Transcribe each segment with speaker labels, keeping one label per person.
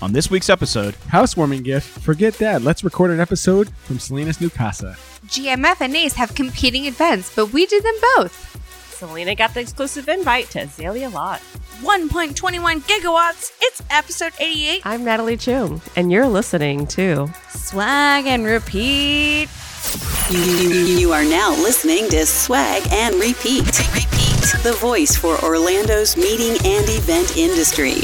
Speaker 1: On this week's episode,
Speaker 2: Housewarming gift. Forget that. Let's record an episode from Selena's new casa.
Speaker 3: GMF and Ace have competing events, but we did them both.
Speaker 4: Selena got the exclusive invite to Azalea Lot.
Speaker 3: 1.21 gigawatts. It's episode 88.
Speaker 4: I'm Natalie Chung, and you're listening to
Speaker 3: Swag and repeat.
Speaker 5: You are now listening to Swag and Repeat. Repeat. The voice for Orlando's meeting and event industry.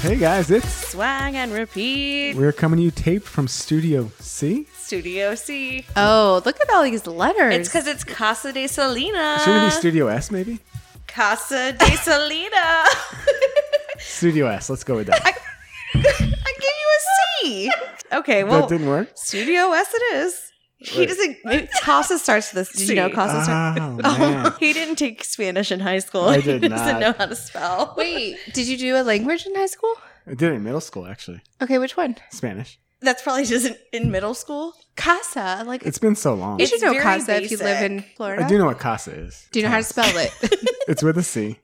Speaker 2: Hey guys, it's
Speaker 4: Swag and Repeat
Speaker 2: we're coming to you taped from Studio C.
Speaker 4: Studio C.
Speaker 3: Oh, look at all these letters.
Speaker 4: It's because it's Casa de
Speaker 2: Shouldn't it be
Speaker 4: Selena.
Speaker 2: Studio S maybe?
Speaker 4: Uh, Casa de Selena.
Speaker 2: Studio S. Let's go with that.
Speaker 4: I gave you a C. Okay, well,
Speaker 2: that didn't work.
Speaker 4: Studio S it is. He
Speaker 2: Wait.
Speaker 4: doesn't. it- Casa starts with a C. Did you know Casa starts?
Speaker 2: Oh man.
Speaker 4: He didn't take Spanish in high school.
Speaker 2: I did
Speaker 4: he doesn't
Speaker 2: not.
Speaker 4: know how to spell.
Speaker 3: Wait, did you do a language in high school?
Speaker 2: I did it in middle school actually.
Speaker 3: Okay, which one?
Speaker 2: Spanish.
Speaker 4: That's probably just in, in middle school.
Speaker 3: Casa. Like
Speaker 2: It's been so long.
Speaker 3: you
Speaker 4: It's
Speaker 3: should know
Speaker 4: very
Speaker 3: casa if you live in Florida.
Speaker 2: I do know what casa is.
Speaker 3: Do you know how to
Speaker 2: Yes.
Speaker 3: spell it?
Speaker 2: It's with a C.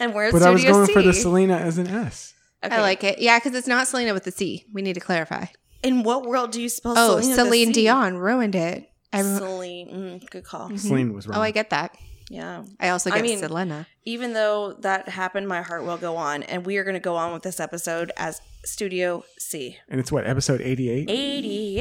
Speaker 4: And where's
Speaker 2: but I was
Speaker 4: Studio
Speaker 2: going
Speaker 4: C?
Speaker 2: for the Selena as an S.
Speaker 4: Okay.
Speaker 3: I like it. Yeah, because it's not Selena with the C. We need to clarify.
Speaker 4: In what world do you spell?
Speaker 3: Oh,
Speaker 4: Celine, with a
Speaker 3: Celine
Speaker 4: C?
Speaker 3: Dion ruined it. I rem-
Speaker 4: Celine, mm, good call.
Speaker 3: Mhm.
Speaker 2: Selena was wrong.
Speaker 3: oh, I get that.
Speaker 4: Yeah.
Speaker 3: I also
Speaker 4: I
Speaker 3: get
Speaker 4: mean-
Speaker 3: Selena.
Speaker 4: Even though that happened, my heart will go on, and we are going to go on with this episode as Studio C.
Speaker 2: and it's what episode 88?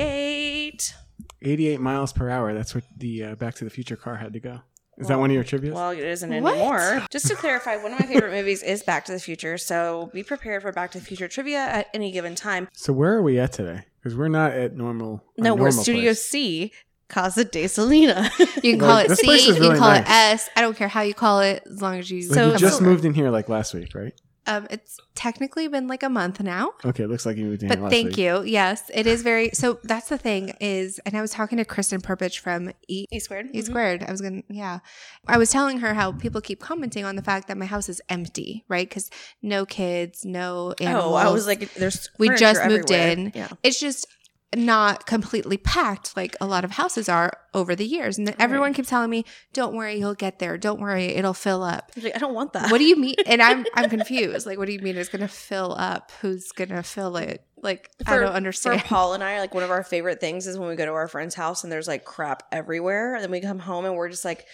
Speaker 4: Eighty-eight.
Speaker 2: 88 miles per hour. That's what the uh, Back to the Future car had to go. Is that
Speaker 4: Well-
Speaker 2: one of your trivia?
Speaker 4: Well, it isn't
Speaker 3: What?
Speaker 4: anymore. Just to clarify, one of my favorite movies is Back to the Future, so be prepared for Back to the Future trivia at any given time.
Speaker 2: so where are we at today? Because we're not at normal. our
Speaker 4: No, we're
Speaker 2: normal
Speaker 4: Studio
Speaker 2: place.
Speaker 4: C, Casa de Selena.
Speaker 3: You can
Speaker 2: Like,
Speaker 3: call it
Speaker 2: this
Speaker 3: C.
Speaker 2: place is
Speaker 3: you
Speaker 2: really
Speaker 3: can call it
Speaker 2: nice.
Speaker 3: S. I don't care how you call it, as long as you.
Speaker 2: Like,
Speaker 4: So-
Speaker 2: you just
Speaker 4: Absolutely.
Speaker 2: moved in here like last week, right?
Speaker 3: Um, it's technically been like a month now.
Speaker 2: Okay, it looks like you moved in here
Speaker 3: But
Speaker 2: last
Speaker 3: thank
Speaker 2: week.
Speaker 3: you. Yes, it is very. So that's the thing is, and I was talking to Kristen Perpich from E
Speaker 4: E squared.
Speaker 3: E squared. I was gonna, yeah. I was telling her how people keep commenting on the fact that my house is empty, right? Because no kids, no animals.
Speaker 4: Oh, I was like, there's
Speaker 3: Mm-hmm. We
Speaker 4: furniture
Speaker 3: just moved
Speaker 4: everywhere.
Speaker 3: in.
Speaker 4: Yeah.
Speaker 3: it's just not completely packed like a lot of houses are over the years. And then everyone keeps telling me, "Don't worry, you'll get there. Don't worry, it'll fill up."
Speaker 4: Like, I don't want that.
Speaker 3: What do you mean? And I'm I'm confused. Like, what do you mean it's gonna fill up? Who's gonna fill it? Like, I
Speaker 4: For-
Speaker 3: don't understand.
Speaker 4: For Paul and I, like one of our favorite things is when we go to our friend's house and there's like crap everywhere, and then we come home and we're just like,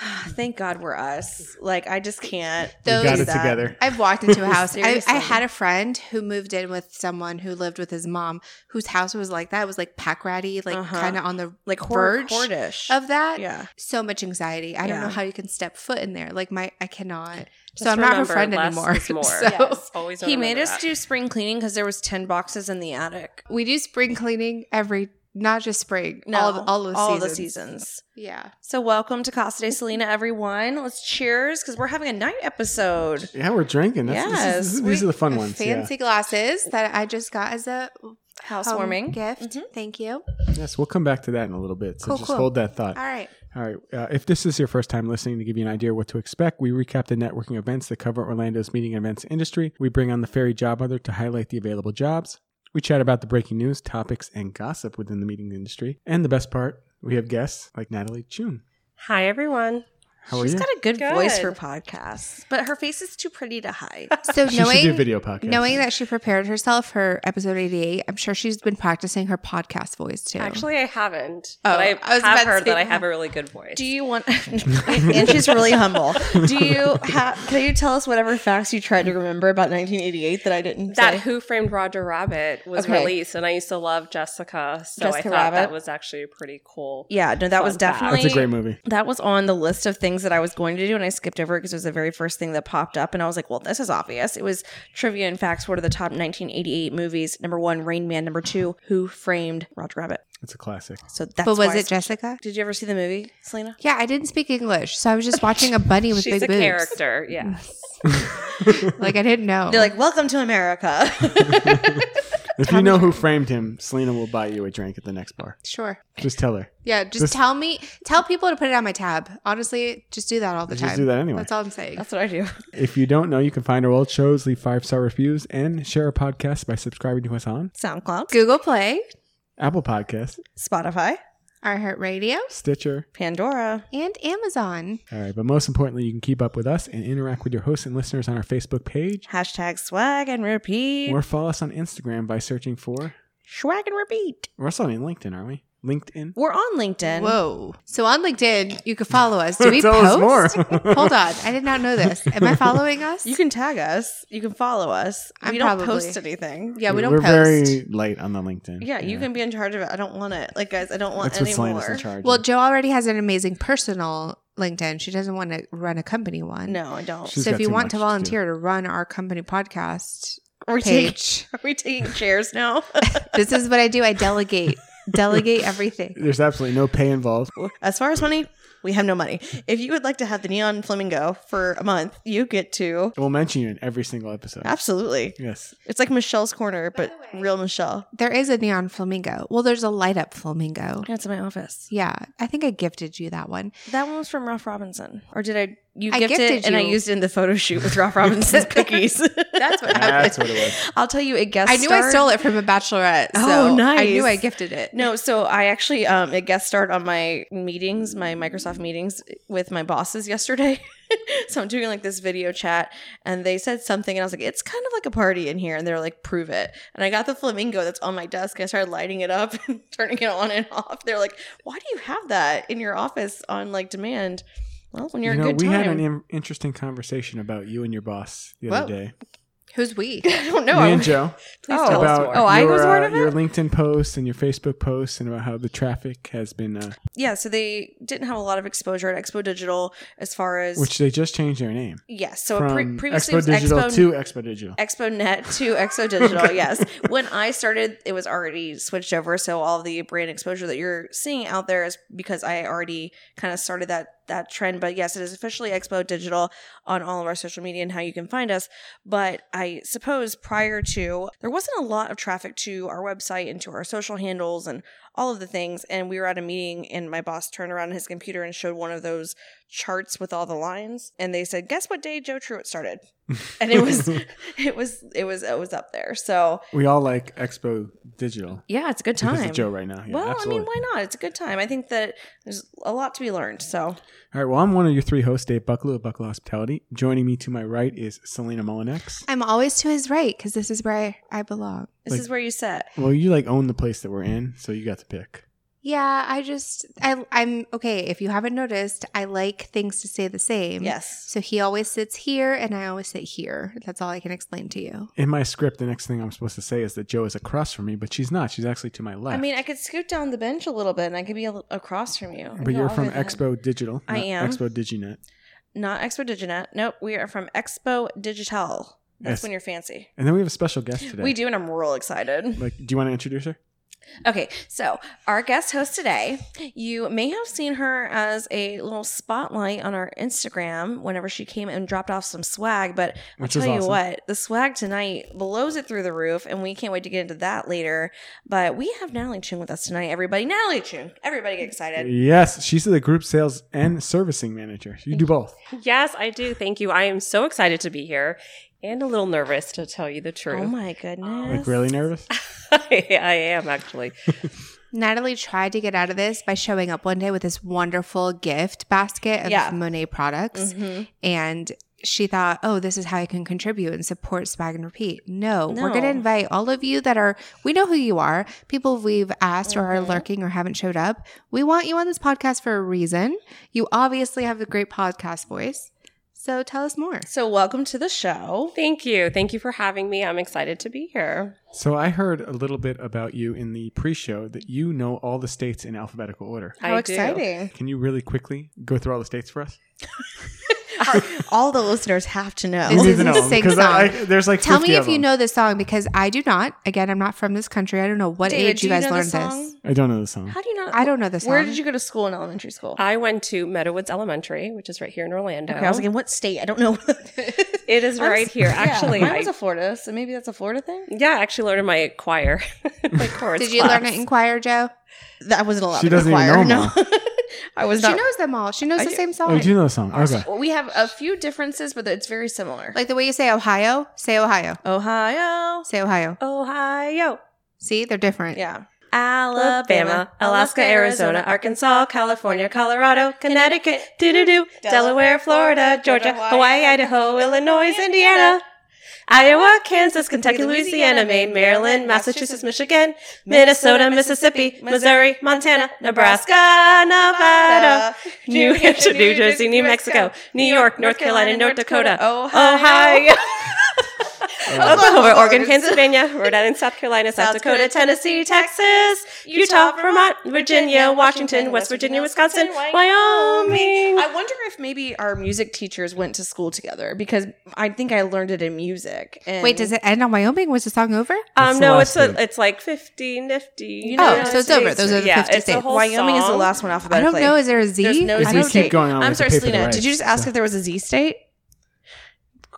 Speaker 4: "Ah, "Thank God we're us." Like I just can't.
Speaker 2: We
Speaker 3: Those-
Speaker 2: got
Speaker 4: do
Speaker 2: it
Speaker 4: that.
Speaker 2: together.
Speaker 3: I've walked into a house. I, I
Speaker 4: Seriously.
Speaker 3: had a friend who moved in with someone who lived with his mom, whose house was like that. It was like pack ratty, like
Speaker 4: Uh-huh.
Speaker 3: kind of on the
Speaker 4: Like hor-
Speaker 3: verge
Speaker 4: hordish.
Speaker 3: of that.
Speaker 4: yeah.
Speaker 3: So much anxiety. I don't
Speaker 4: Yeah.
Speaker 3: know how you can step foot in there. Like my, I cannot. so
Speaker 6: Just
Speaker 3: I'm not her
Speaker 6: remember,
Speaker 3: friend
Speaker 6: less
Speaker 3: anymore.
Speaker 6: is more.
Speaker 3: So
Speaker 4: Yes.
Speaker 6: Always
Speaker 4: He made
Speaker 6: remember
Speaker 4: us
Speaker 6: that.
Speaker 4: do spring cleaning because there was ten boxes in the attic.
Speaker 3: we do spring cleaning every, not just spring.
Speaker 4: No,
Speaker 3: all of, all of the
Speaker 4: all
Speaker 3: seasons.
Speaker 4: the seasons.
Speaker 3: Yeah.
Speaker 4: So welcome to Casa de Selena, everyone. Let's cheers because we're having a night episode.
Speaker 2: Yeah, we're drinking. That's, this is-
Speaker 4: Yes,
Speaker 2: this is- these
Speaker 4: we-
Speaker 2: are the fun ones.
Speaker 3: Fancy glasses that I just got as a home
Speaker 4: Housewarming
Speaker 3: gift.
Speaker 4: Mhm.
Speaker 3: Thank you.
Speaker 2: Yeah. Yes, we'll come back to that in a little bit. So
Speaker 3: Cool,
Speaker 2: just
Speaker 3: cool.
Speaker 2: hold that thought.
Speaker 3: All right.
Speaker 2: All right. Uh, if this is your first time listening, to give you an idea what to expect, we recap the networking events that cover Orlando's meeting and events industry. We bring on the Ferry Job Other to highlight the available jobs. We chat about the breaking news, topics, and gossip within the meeting industry. And the best part, we have guests like Natalie Chun.
Speaker 6: Hi, everyone.
Speaker 2: How
Speaker 4: She's
Speaker 2: are you?
Speaker 4: got a good, voice
Speaker 6: Good.
Speaker 4: for podcasts, but her face is too pretty to hide.
Speaker 3: So
Speaker 2: she should do
Speaker 3: knowing
Speaker 2: video podcast.
Speaker 3: Knowing that she prepared herself for episode 88, I'm sure she's been practicing her podcast voice too.
Speaker 6: Actually, I haven't.
Speaker 3: Oh,
Speaker 6: but I,
Speaker 3: I was about
Speaker 6: have
Speaker 3: to
Speaker 6: heard
Speaker 3: say-
Speaker 6: that I have a really good voice.
Speaker 4: Do you want? and she's really humble. Do you? Ha- can you tell us whatever facts you tried to remember about 1988 that I didn't?
Speaker 6: that
Speaker 4: say?
Speaker 6: Who Framed Roger Rabbit was
Speaker 4: Okay.
Speaker 6: released, and I used to love Jessica, so I
Speaker 4: Jessica
Speaker 6: thought
Speaker 4: Rabbit?
Speaker 6: that was actually a pretty cool.
Speaker 4: Yeah, no, that was
Speaker 6: Fun fact.
Speaker 4: definitely
Speaker 2: that's a great movie.
Speaker 4: that was on the list of things that I was going to do, and I skipped over it because it was the very first thing that popped up, and I was like, "Well, this is obvious." It was trivia and facts. What are the top 1988 movies? Number one, Rain Man. Number two, Who Framed Roger Rabbit?
Speaker 2: It's a classic.
Speaker 4: So that's.
Speaker 3: but
Speaker 4: why
Speaker 3: was
Speaker 4: I
Speaker 3: it
Speaker 4: sw-
Speaker 3: Jessica?
Speaker 4: Did you ever see the movie, Selena?
Speaker 3: Yeah, I didn't speak English, so I was just watching a bunny with
Speaker 6: She's
Speaker 3: big
Speaker 6: a
Speaker 3: boobs.
Speaker 6: character. Yes.
Speaker 3: Like I didn't know.
Speaker 4: They're like, "Welcome to America."
Speaker 2: If you know who framed him, Selena will buy you a drink at the next bar.
Speaker 3: sure.
Speaker 2: Just tell her.
Speaker 3: Yeah, just
Speaker 2: This-
Speaker 3: tell me, tell people to put it on my tab. Honestly, just do that all the
Speaker 2: Just
Speaker 3: time.
Speaker 2: do that anyway.
Speaker 3: That's all I'm saying.
Speaker 4: what I do.
Speaker 2: If you don't know, you can find our old shows, leave five star reviews, and share our podcast by subscribing to us on
Speaker 4: SoundCloud,
Speaker 3: Google Play,
Speaker 2: Apple Podcasts.
Speaker 4: Spotify,
Speaker 3: iHeartRadio,
Speaker 2: Stitcher.
Speaker 4: Pandora.
Speaker 3: and Amazon.
Speaker 2: All right, but most importantly, you can keep up with us and interact with your hosts and listeners on our Facebook page
Speaker 4: Hashtag swag and repeat.
Speaker 2: or follow us on Instagram by searching for.
Speaker 4: swag and repeat.
Speaker 2: We're also on LinkedIn, aren't we? LinkedIn.
Speaker 4: We're on LinkedIn.
Speaker 3: Whoa. So on LinkedIn, you can follow us. Do we
Speaker 2: Tell us
Speaker 3: post?
Speaker 2: more.
Speaker 3: Hold on. I did not know this. Am I following us?
Speaker 4: You can tag us. You can follow us.
Speaker 3: I'm
Speaker 4: we don't
Speaker 3: probably-
Speaker 4: post anything.
Speaker 3: yeah, we don't
Speaker 2: We're
Speaker 3: post.
Speaker 2: very light on the LinkedIn.
Speaker 4: Yeah, you can be in charge of it. I don't want it. Like, guys, I don't want
Speaker 2: That's what
Speaker 4: any
Speaker 2: Selena's in
Speaker 4: more.
Speaker 2: charge.
Speaker 3: Well,
Speaker 2: of.
Speaker 3: Joe already has an amazing personal LinkedIn. She doesn't want to run a company one.
Speaker 4: No, I don't.
Speaker 2: She's
Speaker 3: so if
Speaker 2: got
Speaker 3: you
Speaker 2: too
Speaker 3: want
Speaker 2: much
Speaker 3: to
Speaker 2: to do.
Speaker 3: volunteer to, run our company podcast
Speaker 4: Are we, taking,
Speaker 3: page,
Speaker 4: are we taking chairs now?
Speaker 3: this is what I do. I delegate, delegate everything.
Speaker 2: There's absolutely no pay involved.
Speaker 4: as far as money, we have no money. If you would like to have the neon flamingo for a month, you get to.
Speaker 2: We'll mention you in every single episode.
Speaker 4: Absolutely.
Speaker 2: Yes.
Speaker 4: It's like Michelle's Corner, but real Michelle.
Speaker 3: There is a neon flamingo. Well, there's a light up flamingo.
Speaker 4: That's in my office.
Speaker 3: Yeah, I think I gifted you that one.
Speaker 4: That one was from Ralph Robinson. Or did I? You
Speaker 3: I
Speaker 4: gifted,
Speaker 3: gifted
Speaker 4: it, and I
Speaker 3: you.
Speaker 4: used it in the photo shoot with Ralph Robinson's cookies.
Speaker 3: That's what happened.
Speaker 2: That's what it was.
Speaker 4: I'll tell you, it guest
Speaker 3: I knew I
Speaker 4: starred-
Speaker 3: stole it from a bachelorette. So
Speaker 4: Oh,
Speaker 3: I knew I
Speaker 4: nice.
Speaker 3: gifted it.
Speaker 4: No, so I actually um it guest starred on my meetings, my Microsoft meetings with my bosses yesterday. so I'm doing like this video chat and they said something and I was like, it's kind of like a party in here and they're like, prove it. And I got the flamingo that's on my desk and I started lighting it up and turning it on and off. They're like, Why do you have that in your office on like demand? Well, when you're
Speaker 2: you know,
Speaker 4: a good
Speaker 2: we
Speaker 4: time.
Speaker 2: had an in- interesting conversation about you and your boss the
Speaker 3: Whoa.
Speaker 2: other day.
Speaker 3: Who's we?
Speaker 4: I don't know.
Speaker 2: Me
Speaker 4: I,
Speaker 2: and Joe
Speaker 4: Please
Speaker 6: Oh.
Speaker 4: tell us
Speaker 2: about
Speaker 4: more.
Speaker 2: your,
Speaker 4: Oh, I was part
Speaker 2: uh,
Speaker 4: of it?
Speaker 2: your LinkedIn posts and your Facebook posts and about how the traffic has been, uh,
Speaker 4: yeah, so they didn't have a lot of exposure at Expo Digital as far as
Speaker 2: which they just changed their name
Speaker 4: Yes. So
Speaker 2: from
Speaker 4: Oh, pre- previously
Speaker 2: Expo
Speaker 4: it was
Speaker 2: Digital
Speaker 4: Expo
Speaker 2: to Expo Digital.
Speaker 4: ExpoNet to Exo Digital, yes. When I started, it was already switched over. So all the brand exposure that you're seeing out there is because I already kind of started that that trend. But yes, it is officially Expo Digital on all of our social media and how you can find us. But I suppose prior to there wasn't a lot of traffic to our website and to our social handles and all of the things. And we were at a meeting and my boss turned around his computer and showed one of those charts with all the lines. And they said, Guess what day Joe Truitt started? And it was it was it was it was up there. So
Speaker 2: we all like Expo Digital.
Speaker 4: yeah, it's a good
Speaker 2: Because
Speaker 4: time.
Speaker 2: of Joe right now. Yeah,
Speaker 4: well,
Speaker 2: absolutely.
Speaker 4: I mean, why not? It's a good time. I think that there's a lot to be learned. So
Speaker 2: All right. Well, I'm one of your three hosts, Dave Bucklew of Bucklew Hospitality. Joining me to my right is Selena Molinex.
Speaker 3: I'm always to his right because this is where I, I belong.
Speaker 4: this
Speaker 2: Like-
Speaker 4: is where you set.
Speaker 2: Well, you like own the place that we're in, so you got to pick.
Speaker 3: Yeah, I just I I'm okay. If you haven't noticed, I like things to stay the same.
Speaker 4: Yes.
Speaker 3: So he always sits here, and I always sit here. That's all I can explain to you.
Speaker 2: In my script, the next thing I'm supposed to say is that Joe is across from me, but she's not. She's actually to my left.
Speaker 4: I mean, I could scoot down the bench a little bit, and I could be a li- across from you. I
Speaker 2: but
Speaker 4: feel
Speaker 2: you're from
Speaker 4: awkward then.
Speaker 2: Expo Digital.
Speaker 4: I
Speaker 2: not
Speaker 4: am.
Speaker 2: Expo DigiNet.
Speaker 4: not Expo Diginet. Nope, we are from Expo Digital. That's
Speaker 2: Yes.
Speaker 4: when you're fancy.
Speaker 2: And then we have a special guest today.
Speaker 4: We do, and I'm real excited.
Speaker 2: Like, do you want to introduce her?
Speaker 4: Okay, so our guest host today, you may have seen her as a little spotlight on our Instagram whenever she came and dropped off some swag. But I'll
Speaker 2: Which is
Speaker 4: tell you
Speaker 2: awesome.
Speaker 4: what, the swag tonight blows it through the roof, and we can't wait to get into that later. But we have Natalie Chung with us tonight, everybody. Natalie Chung, everybody get excited.
Speaker 2: Yes, she's the group sales and servicing manager. You do both.
Speaker 6: Yes, I do. Thank you. I am so excited to be here and a little nervous to tell you the truth.
Speaker 4: Oh my goodness.
Speaker 2: Like, really nervous?
Speaker 6: I am actually.
Speaker 3: Natalie tried to get out of this by showing up one day with this wonderful gift basket of
Speaker 4: Yeah.
Speaker 3: Monet products,
Speaker 4: Mhm.
Speaker 3: and she thought, "Oh, this is how I can contribute and support Swag and Repeat." No, we're
Speaker 4: No.
Speaker 3: going to invite all of you that are we know who you are, people we've asked or
Speaker 4: Mm-hmm.
Speaker 3: are lurking or haven't showed up. We want you on this podcast for a reason. You obviously have a great podcast voice, so tell us more.
Speaker 4: So, welcome to the show.
Speaker 6: Thank you. Thank you for having me. I'm excited to be here.
Speaker 2: So, I heard a little bit about you in the pre show that you know all the states in alphabetical order.
Speaker 4: How
Speaker 6: I do.
Speaker 4: exciting.
Speaker 2: Can you really quickly go through all the states for us?
Speaker 4: All the listeners have to know.
Speaker 3: This
Speaker 2: We need
Speaker 3: is
Speaker 2: to
Speaker 3: a
Speaker 2: know,
Speaker 3: sing
Speaker 2: because I-
Speaker 3: song.
Speaker 2: I- there's like
Speaker 3: Tell
Speaker 2: 50
Speaker 3: me if
Speaker 2: of
Speaker 3: you
Speaker 2: them.
Speaker 3: know this song because I do not. Again, I'm not from this country. I don't know what
Speaker 4: David,
Speaker 3: age you
Speaker 4: do
Speaker 3: guys
Speaker 4: know the
Speaker 3: learned
Speaker 4: song?
Speaker 3: this.
Speaker 2: I don't know the song.
Speaker 4: How do you not?
Speaker 3: I don't know the song.
Speaker 4: Where did you go to school in elementary school?
Speaker 6: I went to Meadowwoods Elementary, which is right here in Orlando.
Speaker 4: Okay, I was like, in what state? I don't know.
Speaker 6: it is right here. Actually,
Speaker 4: yeah, mine
Speaker 6: I,
Speaker 4: was a Florida, so maybe that's a Florida thing.
Speaker 6: yeah, I actually learned in my choir. my chorus
Speaker 3: Did you
Speaker 6: class.
Speaker 3: learn it in choir, Joe?
Speaker 4: That wasn't allowed.
Speaker 2: She
Speaker 4: to
Speaker 2: doesn't even
Speaker 4: choir.
Speaker 2: know
Speaker 4: No, I was
Speaker 3: She
Speaker 4: not.
Speaker 3: knows them all. She knows the same
Speaker 2: Oh,
Speaker 3: song.
Speaker 2: you do know the song. Okay.
Speaker 4: Well, we have a few differences, but it's very similar.
Speaker 3: Like the way you say Ohio, say Ohio.
Speaker 4: Ohio,
Speaker 3: Say Ohio.
Speaker 6: Ohio.
Speaker 3: See, they're different.
Speaker 4: yeah. Alabama, Alaska, Arizona, Arkansas, California, Colorado, Connecticut, doo-doo-doo, Delaware, Florida, Georgia, Hawaii, Idaho, Illinois, Indiana, Iowa, Kansas, Kentucky, Louisiana, Maine, Maryland, Massachusetts, Michigan, Minnesota, Mississippi, Missouri, Montana, Nebraska, Nevada, New Hampshire, New Jersey, New Mexico, New York, North Carolina, North Dakota, Ohio. Oklahoma, Oregon, Pennsylvania, Rhode Island, South Carolina, South Dakota, Tennessee, Texas, Utah, Vermont, Virginia, Washington, West Virginia, Wisconsin, Wyoming. I wonder if maybe our music teachers went to school together because I think I learned it in music. And
Speaker 3: Wait, does it end on Wyoming? Was the song over?
Speaker 6: Um,
Speaker 2: That's the
Speaker 6: no, it's
Speaker 2: last
Speaker 6: a,
Speaker 2: one.
Speaker 6: it's like fifty nifty.
Speaker 4: You
Speaker 3: Oh,
Speaker 4: know,
Speaker 3: so it's over. Those are the
Speaker 6: yeah,
Speaker 3: 50
Speaker 6: it's a
Speaker 3: states.
Speaker 6: whole
Speaker 4: Wyoming is the
Speaker 6: song.
Speaker 4: last one
Speaker 3: I
Speaker 4: alphabetically.
Speaker 3: don't know. Is there a Z?
Speaker 4: There's no
Speaker 3: I
Speaker 4: Z.
Speaker 2: If
Speaker 3: don't
Speaker 2: we
Speaker 4: know.
Speaker 2: keep going on,
Speaker 4: I'm
Speaker 2: with the
Speaker 4: sorry,
Speaker 2: paper
Speaker 4: Selena.
Speaker 2: rights,
Speaker 4: Did you just
Speaker 2: so-
Speaker 4: ask if there was a Z state?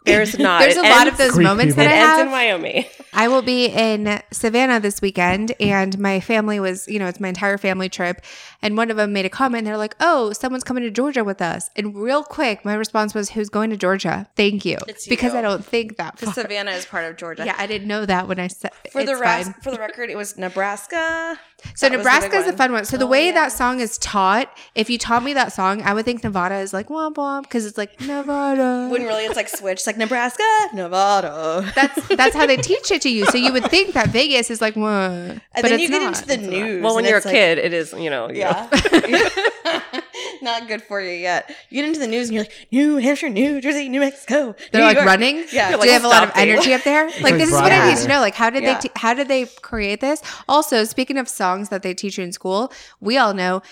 Speaker 6: There's not.
Speaker 3: There's
Speaker 6: It
Speaker 3: a lot
Speaker 6: ends-
Speaker 3: of those
Speaker 2: Greek
Speaker 3: moments
Speaker 2: people.
Speaker 6: It
Speaker 3: that I
Speaker 6: ends in
Speaker 3: have.
Speaker 6: Wyoming.
Speaker 3: I will be in Savannah this weekend, and my family was, you know, it's my entire family trip. And one of them made a comment. They're like, "Oh, someone's coming to Georgia with us." And real quick, my response was, "Who's going to Georgia?" Thank you,
Speaker 4: It's you.
Speaker 3: because I don't think that.
Speaker 4: Because
Speaker 3: far.
Speaker 4: Savannah is part of Georgia.
Speaker 3: Yeah, I didn't know that when I said
Speaker 4: For the
Speaker 3: it's
Speaker 4: ras-
Speaker 3: fine.
Speaker 4: for the record, it was Nebraska.
Speaker 3: So
Speaker 4: That was the
Speaker 3: Nebraska
Speaker 4: big
Speaker 3: is a
Speaker 4: one.
Speaker 3: fun one. So the
Speaker 4: Oh,
Speaker 3: way
Speaker 4: yeah.
Speaker 3: that song is taught, if you taught me that song, I would think Nevada is like womp womp because it's like Nevada.
Speaker 4: When really it's like switch, it's like Nebraska, Nevada.
Speaker 3: that's that's how they teach it to you. So you would think that Vegas is like what,
Speaker 4: And
Speaker 3: but
Speaker 4: then
Speaker 3: it's
Speaker 4: you get
Speaker 3: not.
Speaker 4: into the news.
Speaker 6: Well, when
Speaker 4: and
Speaker 6: you're a
Speaker 4: it's like-
Speaker 6: kid, it is you know. Yeah.
Speaker 4: Yeah. Not good for you yet. You get into the news and you're like, New Hampshire, New Jersey, New Mexico.
Speaker 3: They're
Speaker 4: New
Speaker 3: like
Speaker 4: York."
Speaker 3: running.
Speaker 4: Yeah.
Speaker 3: do
Speaker 4: like,
Speaker 3: they have a lot of
Speaker 4: stop it.
Speaker 3: energy up there? Like
Speaker 2: like
Speaker 3: this is what I
Speaker 2: Broadway.
Speaker 3: need to know. Like how did
Speaker 4: Yeah.
Speaker 3: they t- how did they create this? Also, speaking of songs that they teach you in school, we all know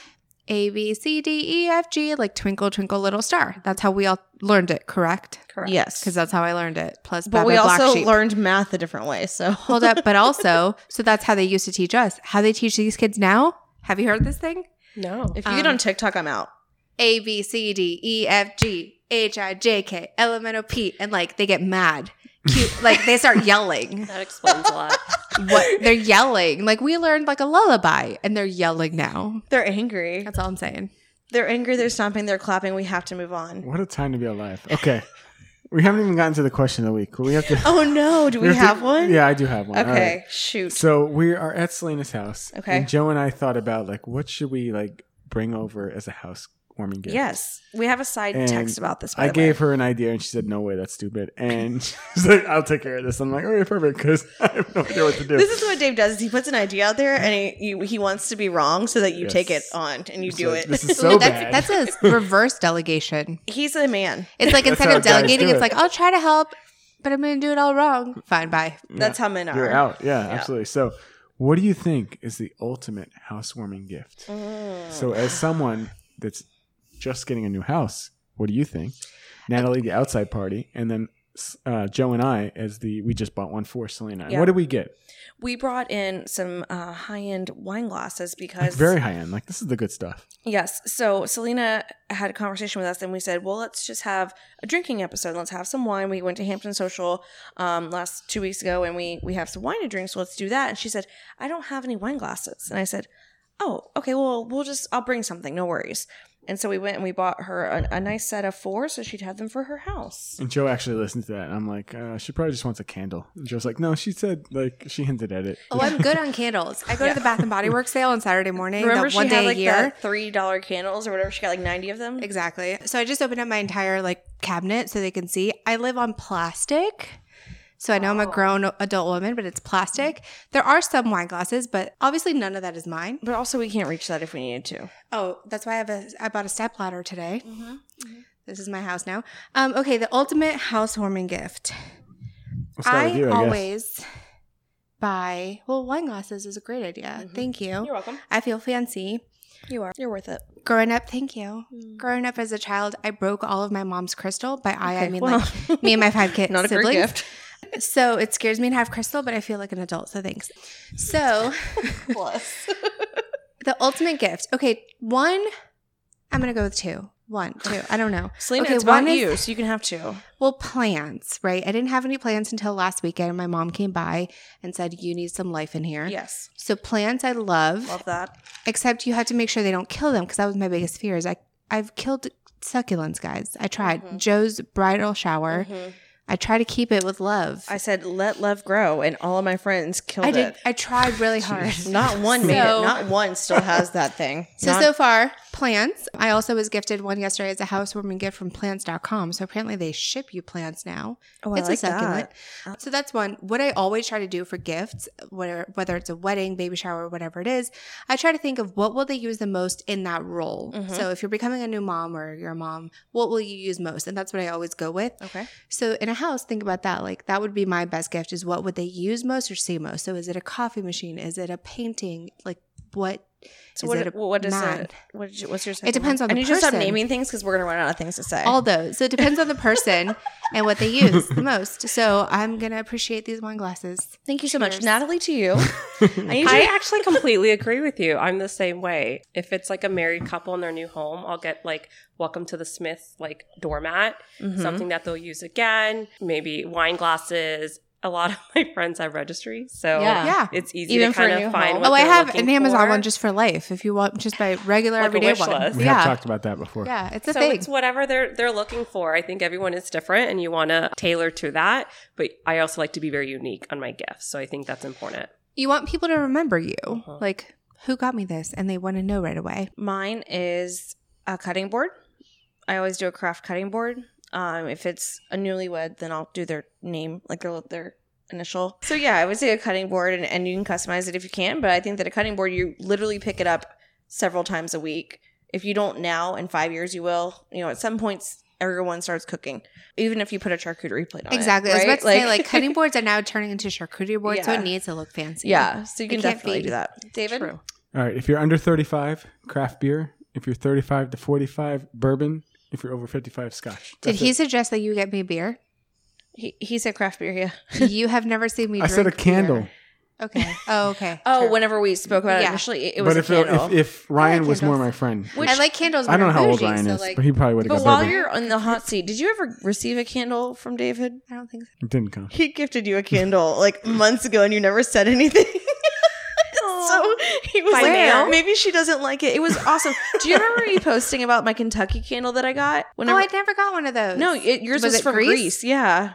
Speaker 3: A B C D E F G like Twinkle Twinkle Little Star. That's how we all learned it. Correct.
Speaker 6: Correct.
Speaker 4: Yes.
Speaker 3: Because that's how I learned it. Plus,
Speaker 4: but
Speaker 3: Baba
Speaker 4: we
Speaker 3: Black
Speaker 4: also
Speaker 3: Sheep.
Speaker 4: learned math a different way. So
Speaker 3: Hold up, but also, so that's how they used to teach us. How they teach these kids now? Have you heard this thing?
Speaker 6: No.
Speaker 4: if you get
Speaker 3: Um,
Speaker 4: on TikTok, I'm out.
Speaker 3: A B C D E F G H I J K L M N O P, and like they get mad, cute, like they start yelling.
Speaker 6: That explains a lot.
Speaker 3: What they're yelling? Like we learned like a lullaby, and they're yelling now.
Speaker 4: They're angry.
Speaker 3: That's all I'm saying.
Speaker 4: They're angry. They're stomping. They're clapping. We have to move on.
Speaker 2: What a time to be alive. Okay. We haven't even gotten to the question of the week. We have to.
Speaker 4: Oh no! Do we,
Speaker 2: we to-
Speaker 4: have one?
Speaker 2: Yeah, I do have one. All
Speaker 4: Okay.
Speaker 2: right.
Speaker 4: Shoot.
Speaker 2: So we are at Selena's house.
Speaker 4: Okay.
Speaker 2: And Joe and I thought about like what should we like bring over as a housewarming gift.
Speaker 4: Yes, we have a side
Speaker 2: And
Speaker 4: text about this. By
Speaker 2: I
Speaker 4: the
Speaker 2: gave
Speaker 4: way.
Speaker 2: her an idea and she said, No way, that's stupid. And she's like, I'll take care of this. I'm like, all right, perfect, because I have no idea what to do.
Speaker 4: This is what Dave does. Is he puts an idea out there and he you, he wants to be wrong so that you
Speaker 2: Yes.
Speaker 4: take it on and you
Speaker 2: It's
Speaker 4: do
Speaker 2: like,
Speaker 4: it.
Speaker 2: This is so
Speaker 3: that's
Speaker 2: bad.
Speaker 3: that's a reverse delegation.
Speaker 4: He's a man.
Speaker 3: It's like
Speaker 2: That's
Speaker 3: instead
Speaker 2: how
Speaker 3: of
Speaker 2: guys
Speaker 3: delegating,
Speaker 2: do
Speaker 3: it's
Speaker 2: it.
Speaker 3: like I'll try to help, but I'm going to do it all wrong. Fine, bye.
Speaker 4: That's how men are.
Speaker 2: You're out. Yeah, absolutely. So, what do you think is the ultimate housewarming gift?
Speaker 4: Mm.
Speaker 2: So, as someone that's just getting a new house, what do you think? Natalie, the outside party, and then uh, Joe and I, as the we just bought one for Selena. And
Speaker 4: Yeah.
Speaker 2: What did we get?
Speaker 4: We brought in some uh, high end wine glasses because
Speaker 2: Very high end. Like this is the good stuff.
Speaker 4: Yes. So Selena had a conversation with us, and we said, "Well, let's just have a drinking episode. Let's have some wine." We went to Hampton Social um, last two weeks ago, and we we have some wine to drink. So let's do that. And she said, "I don't have any wine glasses," and I said, "Oh, okay. Well, we'll just I'll bring something. No worries." And so we went and we bought her a, a nice set of four, so she'd have them for her house.
Speaker 2: And Joe actually listened to that. And I'm like, uh, she probably just wants a candle. And Joe's like, no, she said like she hinted at it.
Speaker 3: Oh, I'm good on candles. I go to the Bath and Body Works sale on Saturday morning.
Speaker 4: Remember,
Speaker 3: that one
Speaker 4: she
Speaker 3: day
Speaker 4: had
Speaker 3: a
Speaker 4: like
Speaker 3: year.
Speaker 4: the three dollar candles or whatever. She got like ninety of them.
Speaker 3: Exactly. So I just opened up my entire like cabinet so they can see. I live on plastic. So I know I'm a grown adult woman, but it's plastic. There are some wine glasses, but obviously none of that is mine.
Speaker 4: But also, we can't reach that if we needed to.
Speaker 3: Oh, that's why I have a I bought a step ladder today.
Speaker 4: Mm-hmm,
Speaker 3: This is my house now. Um, okay, the ultimate housewarming gift.
Speaker 2: We'll start
Speaker 3: I,
Speaker 2: with you, I guess.
Speaker 3: always buy well wine glasses is a great idea. Thank you.
Speaker 4: Mm-hmm. You're welcome.
Speaker 3: I feel fancy.
Speaker 4: You are. You're worth it.
Speaker 3: Growing up, thank you.
Speaker 4: Mm.
Speaker 3: Growing up as a child, I broke all of my mom's crystal. By I, I
Speaker 4: Okay,
Speaker 3: mean
Speaker 4: well.
Speaker 3: like me and my five kids.
Speaker 4: Not a
Speaker 3: siblings.
Speaker 4: great gift.
Speaker 3: So it scares me to have crystal, but I feel like an adult. So thanks. So
Speaker 4: Plus.
Speaker 3: the ultimate gift. Okay, one. I'm gonna go with two. One, two. I don't know.
Speaker 4: Selena,
Speaker 3: Okay,
Speaker 4: it's about
Speaker 3: one is-
Speaker 4: you, so you can have two.
Speaker 3: Well, plans, right? I didn't have any plans until last weekend. My mom came by and said, "You need some life in here."
Speaker 4: Yes.
Speaker 3: So plans, I love.
Speaker 4: Love that.
Speaker 3: except you had to make sure they don't kill them because that was my biggest
Speaker 4: Mm-hmm.
Speaker 3: fear is I, i've killed succulents guys i tried joe's bridal shower I try to keep it with love.
Speaker 4: I said, "Let love grow," and all of my friends killed
Speaker 3: I did.
Speaker 4: it.
Speaker 3: I tried really hard.
Speaker 4: Not one made it.
Speaker 3: So-
Speaker 4: Not one still has that thing.
Speaker 3: So,
Speaker 4: Not-
Speaker 3: so far, plants. I also was gifted one yesterday as a housewarming gift from plants.com. So apparently they ship you plants now.
Speaker 4: Oh, I
Speaker 3: it's
Speaker 4: like
Speaker 3: a succulent. Uh,
Speaker 4: that.
Speaker 3: So that's one. What I always try to do for gifts, whether, whether it's a wedding, baby shower, whatever it is, I try to think of what will they use the most in that role.
Speaker 4: Mhm.
Speaker 3: So if you're becoming a new mom or you're a mom, what will you use most? And that's what I always go with.
Speaker 4: Okay.
Speaker 3: So in a house, think about that. Like that would be my best gift is what would they use most or see most? So is it a coffee machine? Is it a painting? Like what?
Speaker 4: So
Speaker 3: Is
Speaker 4: what?
Speaker 3: it a
Speaker 4: what is
Speaker 3: man?
Speaker 4: it? What did you, what's your?
Speaker 3: It depends on
Speaker 4: I
Speaker 3: the
Speaker 4: need you to stop
Speaker 3: person.
Speaker 4: naming things because we're gonna run out of things to say.
Speaker 3: All those. So it depends on the person and what they use the most. So I'm gonna appreciate these wine glasses.
Speaker 4: Thank you so much,
Speaker 3: Cheers.
Speaker 4: Natalie. To you. I need you.
Speaker 6: I actually completely agree with you. I'm the same way. If it's like a married couple in their new home, I'll get like welcome to the Smith like doormat,
Speaker 4: Mhm.
Speaker 6: something that they'll use again, maybe wine glasses. A lot of my friends have registries, so
Speaker 4: Yeah.
Speaker 3: Yeah.
Speaker 6: it's easy
Speaker 4: Even
Speaker 6: to
Speaker 4: for
Speaker 6: kind
Speaker 4: a new
Speaker 6: of find.
Speaker 4: home.
Speaker 6: What
Speaker 3: oh, I
Speaker 6: they're
Speaker 3: have
Speaker 6: looking
Speaker 3: an Amazon
Speaker 6: for.
Speaker 3: one just for life. If you want, just my regular
Speaker 6: Like a
Speaker 3: everyday
Speaker 6: wish
Speaker 3: one.
Speaker 6: list.
Speaker 2: We
Speaker 3: yeah,
Speaker 2: have talked about that before.
Speaker 3: yeah, it's a
Speaker 6: so
Speaker 3: thing.
Speaker 6: it's whatever they're they're looking for. I think everyone is different, and you want to tailor to that. But I also like to be very unique on my gifts, so I think that's important.
Speaker 3: you want people to remember you,
Speaker 6: Uh-huh.
Speaker 3: like who got me this, and they want to know right away.
Speaker 4: Mine is a cutting board. I always do a craft cutting board. Um, if it's a newlywed, then I'll do their name, like their their initial. So yeah, I would say a cutting board, and, and you can customize it if you can. But I think that a cutting board, you literally pick it up several times a week. If you don't now, in five years, you will. You know, at some points, everyone starts cooking, even if you put a charcuterie plate on it.
Speaker 3: Exactly. I was
Speaker 4: right?
Speaker 3: about to say, like cutting boards are now turning into charcuterie boards, so
Speaker 4: Yeah.
Speaker 3: it needs to look fancy.
Speaker 4: yeah, so you
Speaker 3: It
Speaker 4: can
Speaker 3: can't
Speaker 4: definitely
Speaker 3: be.
Speaker 4: do that, David.
Speaker 6: True.
Speaker 2: All right. If you're under 35, craft beer. If you're 35 to 45, bourbon. If you're over 55, scotch.
Speaker 3: Did
Speaker 2: That's
Speaker 3: he
Speaker 2: it.
Speaker 3: suggest that you get me beer?
Speaker 4: He, he said craft beer. Yeah.
Speaker 3: You have never seen me.
Speaker 2: I said a
Speaker 3: drink
Speaker 2: candle.
Speaker 3: beer. Okay. Oh, okay.
Speaker 4: Oh,
Speaker 3: Sure.
Speaker 4: whenever we spoke about it
Speaker 3: Yeah.
Speaker 4: initially, it, it was
Speaker 2: But
Speaker 4: a
Speaker 2: if,
Speaker 4: candle.
Speaker 2: if if Ryan was more
Speaker 3: candles.
Speaker 2: my friend,
Speaker 4: Which-
Speaker 3: I like candles.
Speaker 2: I don't know
Speaker 3: when
Speaker 2: how
Speaker 3: I'm
Speaker 2: old
Speaker 3: bougie,
Speaker 2: Ryan
Speaker 3: so,
Speaker 2: is,
Speaker 3: like,
Speaker 2: but he probably would have
Speaker 4: But
Speaker 2: got
Speaker 4: while
Speaker 2: bourbon.
Speaker 4: you're on the hot seat, did you ever receive a candle from David?
Speaker 3: I don't think so.
Speaker 2: It didn't count.
Speaker 4: He gifted you a candle like months ago, and you never said anything. so he was
Speaker 6: By
Speaker 4: like,
Speaker 6: mail?
Speaker 4: maybe she doesn't like it. It was awesome. Do you remember me posting about my Kentucky candle that Oh, I got?
Speaker 3: No, Oh, I never got one of those.
Speaker 4: no, it, yours
Speaker 3: Was
Speaker 4: was,
Speaker 3: it
Speaker 4: from
Speaker 3: Greece?
Speaker 4: Greece? Yeah,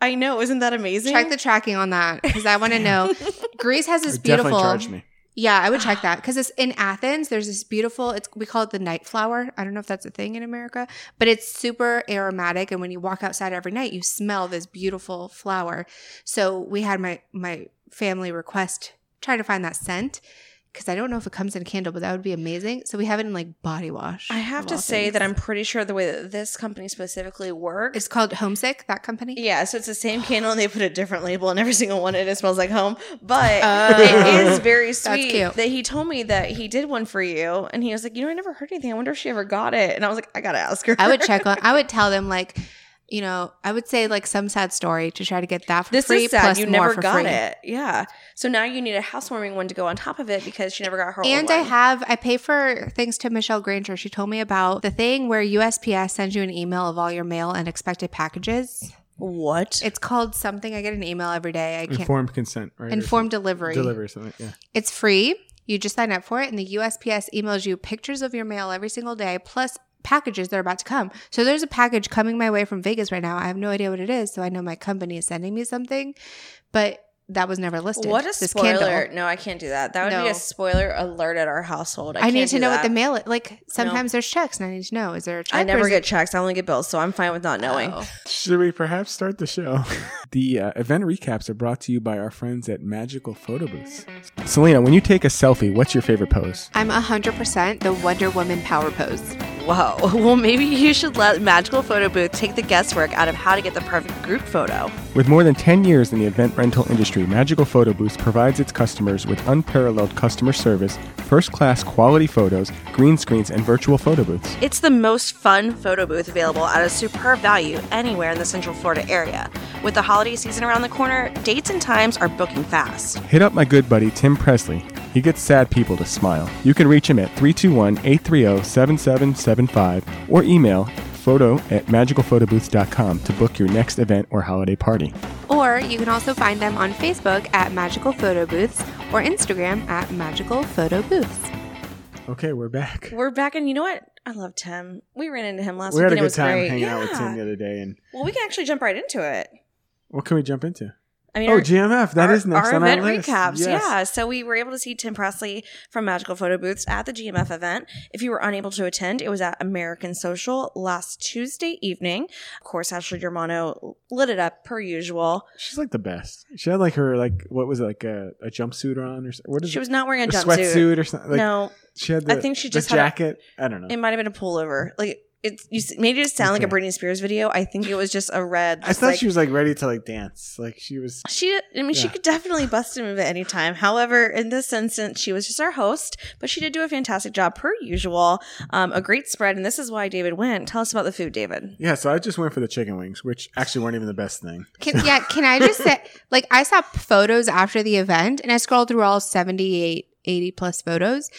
Speaker 4: I know. Isn't that amazing?
Speaker 3: check the tracking on that because I want to know. Greece has this
Speaker 2: It definitely
Speaker 3: beautiful.
Speaker 2: charged me.
Speaker 3: Yeah, I would
Speaker 4: Ah.
Speaker 3: check that because it's in Athens. There's this beautiful. It's we call it the night flower. I don't know if that's a thing in America, but it's super aromatic. And when you walk outside every night, you smell this beautiful flower. So we had my my family request trying to find that scent because I don't know if it comes in a candle, but that would be amazing. So we have it in like body wash.
Speaker 4: I have
Speaker 3: of
Speaker 4: to
Speaker 3: all
Speaker 4: say
Speaker 3: things.
Speaker 4: that I'm pretty sure the way that this company specifically works.
Speaker 3: It's called Homesick. That company.
Speaker 4: Yeah, so it's the same candle and they put a different label on every single one and it smells like home. But
Speaker 3: Oh.
Speaker 4: it is very
Speaker 3: That's
Speaker 4: sweet
Speaker 3: cute.
Speaker 4: that he told me that he did one for you and he was like, You know, I never heard anything. I wonder if she ever got it. And I was like, I gotta ask her.
Speaker 3: I would check on. I would tell them like, you know, I would say like some sad story to try to get that for
Speaker 4: This
Speaker 3: free.
Speaker 4: is sad.
Speaker 3: Plus
Speaker 4: You
Speaker 3: more
Speaker 4: never
Speaker 3: for
Speaker 4: got
Speaker 3: free.
Speaker 4: it. Yeah. So now you need a housewarming one to go on top of it because she never got her.
Speaker 3: And
Speaker 4: old
Speaker 3: I
Speaker 4: one.
Speaker 3: have I pay for things to Michelle Granger. She told me about the thing where USPS sends you an email of all your mail and expected packages.
Speaker 4: what?
Speaker 3: It's called something. I get an email every day. I can't informed,
Speaker 2: Informed consent, right? or
Speaker 3: delivery.
Speaker 2: something. delivery, or something. Yeah.
Speaker 3: It's free. You just sign up for it, and the USPS emails you pictures of your mail every single day, plus packages that are about to come. So there's a package coming my way from Vegas right now. I have no idea what it is, so I know my company is sending me something, but that was never listed.
Speaker 4: what a
Speaker 3: This
Speaker 4: spoiler.
Speaker 3: candle.
Speaker 4: No, I can't do that. That would be
Speaker 3: No.
Speaker 4: a spoiler alert at our household. I,
Speaker 3: I, need
Speaker 4: can't
Speaker 3: to
Speaker 4: do
Speaker 3: know
Speaker 4: that.
Speaker 3: what the mail Like sometimes there's checks, and I need to know is there a check?
Speaker 4: I
Speaker 3: or
Speaker 4: never
Speaker 3: is it-
Speaker 4: get checks. I only get bills, so I'm fine with not knowing.
Speaker 3: Oh.
Speaker 2: Should we perhaps start the show? the uh, event recaps are brought to you by our friends at Magical Photo Booths. Selena, when you take a selfie, what's your favorite pose?
Speaker 3: I'm 100% the Wonder Woman power pose.
Speaker 4: Whoa. Well, maybe you should let Magical Photo Booth take the guesswork out of how to get the perfect group photo.
Speaker 2: With more than 10 years in the event rental industry, Magical Photo Booths provides its customers with unparalleled customer service, first class quality photos, green screens, and virtual photo booths.
Speaker 1: It's the most fun photo booth available at a superb value anywhere in the Central Florida area. With the holiday season around the corner, dates and times are booking fast.
Speaker 2: Hit up my good buddy Tim Presley. He gets sad people to smile. You can reach him at 321 830 7775 or email photo at magicalphotobooths.com to book your next event or holiday party.
Speaker 3: Or you can also find them on Facebook at Magical Photo Booths or Instagram at Magical Photo Booths.
Speaker 2: Okay, we're back.
Speaker 4: We're back, and you know what? I love Tim. We ran into him last
Speaker 2: we
Speaker 4: week
Speaker 2: had a
Speaker 4: and it
Speaker 2: good
Speaker 4: was
Speaker 2: time
Speaker 4: great.
Speaker 2: hanging
Speaker 4: yeah.
Speaker 2: out with Tim the other day. And
Speaker 4: Well, we can actually jump right into it.
Speaker 2: what can we jump into?
Speaker 4: I mean,
Speaker 2: Oh,
Speaker 4: our-
Speaker 2: GMF. That is next on
Speaker 4: event
Speaker 2: our list.
Speaker 4: recaps.
Speaker 2: Yes.
Speaker 4: Yeah, so we were able to see Tim Presley from Magical Photo Booths at the GMF event. If you were unable to attend, it was at American Social last Tuesday evening. Of course, Ashley Germano lit it up per usual.
Speaker 2: She's like the best. She had like her like what was it like a, a jumpsuit on or s- what is
Speaker 4: She
Speaker 2: it?
Speaker 4: was not wearing a,
Speaker 2: a
Speaker 4: jumpsuit.
Speaker 2: sweatsuit or something. Like,
Speaker 4: no,
Speaker 2: she had.
Speaker 4: I
Speaker 2: The,
Speaker 4: think she
Speaker 2: the
Speaker 4: just had a-
Speaker 2: jacket. I don't know.
Speaker 4: it might have been a pullover. Like it, you s- made it sound like a
Speaker 2: Okay.
Speaker 4: Britney Spears video. I think it was just a red.
Speaker 2: I
Speaker 4: just
Speaker 2: thought
Speaker 4: like-
Speaker 2: she was like ready to like dance. Like she was.
Speaker 4: She, I mean, she
Speaker 2: Yeah.
Speaker 4: could definitely bust him at any time. However, in this instance, she was just our host, but she did do a fantastic job per usual. Um, a great spread, and this is why David went. Tell us about the food, David.
Speaker 2: Yeah, so I just went for the chicken wings, which actually weren't even the best thing.
Speaker 3: Can, yeah, can I just say, like, I saw photos after the event and I scrolled through all 78, 80 plus photos.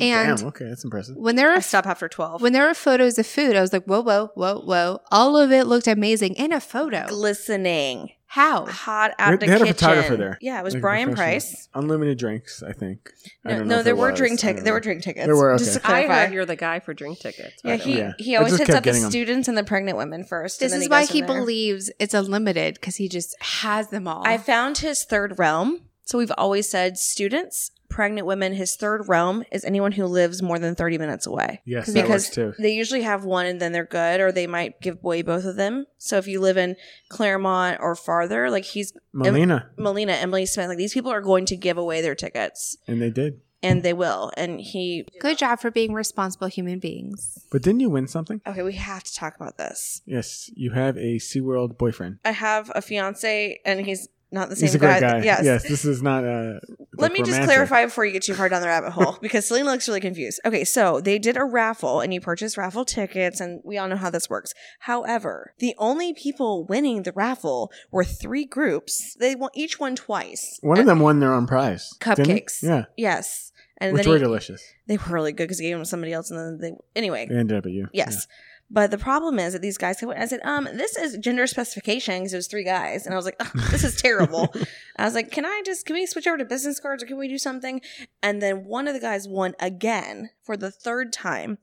Speaker 3: And
Speaker 2: Damn, okay, that's impressive.
Speaker 3: when there
Speaker 4: I
Speaker 3: were
Speaker 4: stop after twelve.
Speaker 3: when there were photos of food, I was like, whoa, whoa, whoa, whoa. All of it looked amazing in a photo.
Speaker 4: Glistening,
Speaker 3: How?
Speaker 4: hot out of
Speaker 2: They
Speaker 4: the
Speaker 2: had a
Speaker 4: kitchen.
Speaker 2: photographer there.
Speaker 4: Yeah, it was
Speaker 2: Like a
Speaker 4: Brian
Speaker 2: professional.
Speaker 4: Price.
Speaker 2: Unlimited drinks, I think. I
Speaker 4: No,
Speaker 2: don't know
Speaker 4: no
Speaker 2: if
Speaker 4: there
Speaker 2: it
Speaker 4: were
Speaker 2: was.
Speaker 4: drink
Speaker 2: I don't
Speaker 4: tickets. There
Speaker 2: know.
Speaker 4: were drink tickets.
Speaker 2: There were,
Speaker 4: Just to
Speaker 2: okay.
Speaker 6: I
Speaker 4: clarify.
Speaker 6: heard you're the guy for drink tickets.
Speaker 4: yeah,
Speaker 6: but-
Speaker 4: he,
Speaker 2: Yeah.
Speaker 4: he
Speaker 2: I
Speaker 4: always
Speaker 2: just
Speaker 4: hits
Speaker 2: kept
Speaker 4: up the
Speaker 2: getting 'em.
Speaker 4: students and the pregnant women first. and
Speaker 3: This
Speaker 4: then
Speaker 3: is
Speaker 4: he
Speaker 3: why
Speaker 4: goes from
Speaker 3: he
Speaker 4: there.
Speaker 3: believes it's unlimited because he just has them all.
Speaker 4: I found his third realm. So we've always said students, pregnant women, his third realm is anyone who lives more than 30 minutes away.
Speaker 2: Yes, that
Speaker 4: because
Speaker 2: works too.
Speaker 4: They usually have one and then they're good, or they might give away both of them. So if you live in Claremont or farther, like he's
Speaker 2: Melina,
Speaker 4: Melina, Emily Smith, like these people are going to give away their tickets
Speaker 2: and they did.
Speaker 4: and they will. And he,
Speaker 3: Good job for being responsible human beings.
Speaker 2: But didn't you win something?
Speaker 4: okay, we have to talk about this.
Speaker 2: Yes, you have a SeaWorld boyfriend.
Speaker 4: I have a fiance and he's not the same
Speaker 2: He's a
Speaker 4: guy.
Speaker 2: great guy.
Speaker 4: Yes.
Speaker 2: this is not a.
Speaker 4: Let me just clarify before you get too far down the rabbit hole because Selena looks really confused. Okay, so they did a raffle and you purchase raffle tickets, and we all know how this works. However, the only people winning the raffle were three groups. They won, each won twice.
Speaker 2: One of them won their own prize. didn't they?
Speaker 4: Cupcakes.
Speaker 2: Yeah,
Speaker 4: Yes. And
Speaker 2: which
Speaker 4: then
Speaker 2: were
Speaker 4: he-
Speaker 2: delicious.
Speaker 4: they were really good because he gave them to somebody else, and then they anyway.
Speaker 2: They ended up at you.
Speaker 4: Yes. But the problem is that these guys came in and I said, um, this is gender specification because it was three guys. And I was like, "Ugh, this is terrible. I was like, can I just, can we switch over to business cards or can we do something? And then one of the guys won again for the third time.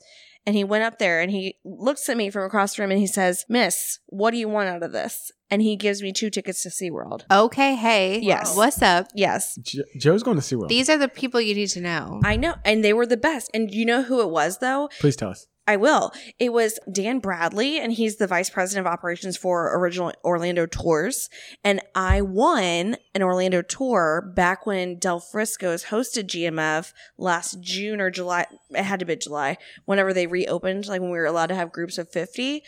Speaker 4: And he went up there and he looks at me from across the room and he says, Miss, what do you want out of this? And he gives me two tickets to SeaWorld.
Speaker 3: Okay, hey.
Speaker 4: Yes.
Speaker 3: What's up?
Speaker 4: Yes.
Speaker 2: Jo- Joe's going to SeaWorld.
Speaker 3: These are the people you need to know.
Speaker 4: I know. And they were the best. And you know who it was, though?
Speaker 2: Please tell us.
Speaker 4: I will. It was Dan Bradley, and he's the vice president of operations for Original Orlando Tours. And I won an Orlando tour back when Del Frisco's hosted GMF last June or July. It had to be July, whenever they reopened, like when we were allowed to have groups of 50.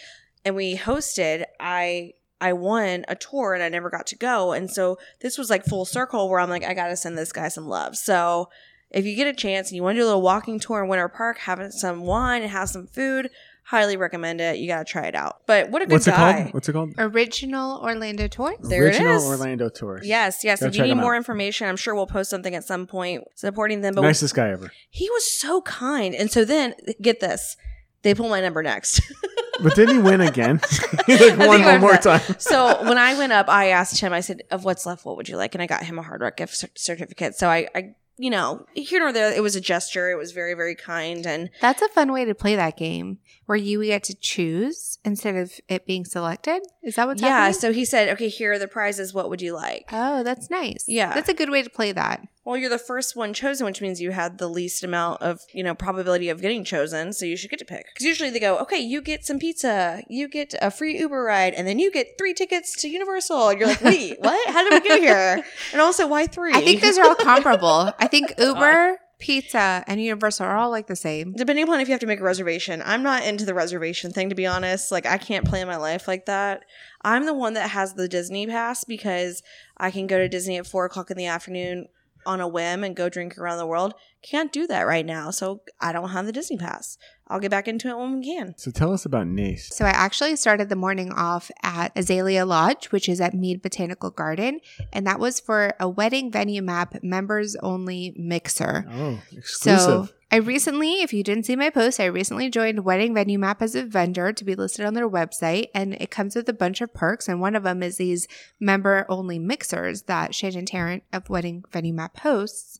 Speaker 4: And we hosted, I. I won a tour and I never got to go. And so this was like full circle where I'm like, I got to send this guy some love. So if you get a chance and you want to do a little walking tour in Winter Park, have some wine and have some food, highly recommend it. You got to try it out. But what a good
Speaker 2: What's
Speaker 4: guy.
Speaker 2: it called? What's it called?
Speaker 3: Original Orlando tours.
Speaker 4: There it
Speaker 2: Original
Speaker 4: is.
Speaker 2: Orlando Tours.
Speaker 4: Yes, yes.
Speaker 2: Go
Speaker 4: if you
Speaker 2: check
Speaker 4: need
Speaker 2: him
Speaker 4: more
Speaker 2: out.
Speaker 4: information, I'm sure we'll post something at some point supporting them. But
Speaker 2: Nicest guy ever.
Speaker 4: he was so kind. And so then, get this, they pull my number next.
Speaker 2: But didn't he win again? he
Speaker 4: I
Speaker 2: like
Speaker 4: think
Speaker 2: won
Speaker 4: I
Speaker 2: one more
Speaker 4: remember
Speaker 2: time.
Speaker 4: so when I went up, I asked him, I said, of what's left, what would you like? And I got him a hard rock gift cer- certificate. So I, I, you know, here nor there, it was a gesture. It was very, very kind. And
Speaker 3: That's a fun way to play that game where you get to choose instead of it being selected. Is that what's
Speaker 4: yeah,
Speaker 3: happening?
Speaker 4: so he said, okay, here are the prizes. What would you like?
Speaker 3: Oh, that's nice.
Speaker 4: Yeah.
Speaker 3: That's a good way to play that.
Speaker 4: Well, you're the first one chosen, which means you had the least amount of, you know, probability of getting chosen. So you should get to pick. Because usually they go, okay, you get some pizza, you get a free Uber ride, and then you get three tickets to Universal. And you're like, wait, what? How did we get here? And also, why three?
Speaker 3: I think those are all comparable. I think Uber, pizza, and Universal are all like the same.
Speaker 4: Depending upon if you have to make a reservation, I'm not into the reservation thing, to be honest. Like, I can't plan my life like that. I'm the one that has the Disney pass because I can go to Disney at four o'clock in the afternoon on a whim and go drink around the world. Can't do that right now. So I don't have the Disney pass. I'll get back into it when we can.
Speaker 2: So tell us about Nace.
Speaker 3: So I actually started the morning off at Azalea Lodge, which is at Mead Botanical Garden, and that was for a wedding venue map members only mixer.
Speaker 2: Oh,
Speaker 3: So
Speaker 2: exclusive.
Speaker 3: I recently, if you didn't see my post, I recently joined Wedding Venue Map as a vendor to be listed on their website, and it comes with a bunch of perks. And one of them is these member only mixers that Shannon Tarrant of Wedding Venue Map hosts.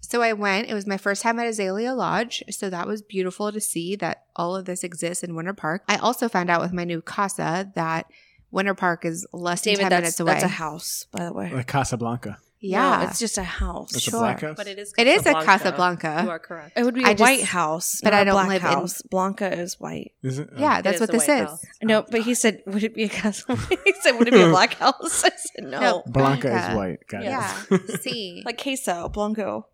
Speaker 3: So I went. It was my first time at Azalea Lodge. So that was beautiful to see that all of this exists in Winter Park. I also found out with my new casa that Winter Park is less
Speaker 4: David,
Speaker 3: than 10
Speaker 4: that's,
Speaker 3: minutes away.
Speaker 4: that's a house, by the way.
Speaker 2: Like Casablanca.
Speaker 3: yeah.
Speaker 4: No, it's just a house.
Speaker 2: That's
Speaker 3: Sure.
Speaker 2: a black house.
Speaker 6: But it is
Speaker 3: It is a
Speaker 6: You
Speaker 3: Casablanca.
Speaker 6: are correct.
Speaker 4: It would be a
Speaker 3: I just-
Speaker 4: White House,
Speaker 3: but
Speaker 4: not
Speaker 3: I
Speaker 4: a
Speaker 3: don't
Speaker 4: black
Speaker 3: live in-
Speaker 4: house. Blanca is white. Oh,
Speaker 2: Is it? Oh.
Speaker 3: yeah,
Speaker 6: It
Speaker 3: that's
Speaker 6: is
Speaker 3: what
Speaker 6: a
Speaker 3: this
Speaker 6: White
Speaker 3: is.
Speaker 6: House.
Speaker 4: No, but he said, "Would it be a castle?" he said, "Would it be a black house?" I said, "No,
Speaker 3: No.
Speaker 2: Blanca is
Speaker 3: Blanca.
Speaker 2: white. Got
Speaker 3: Yeah.
Speaker 2: it.
Speaker 3: See.
Speaker 4: like queso, blanco."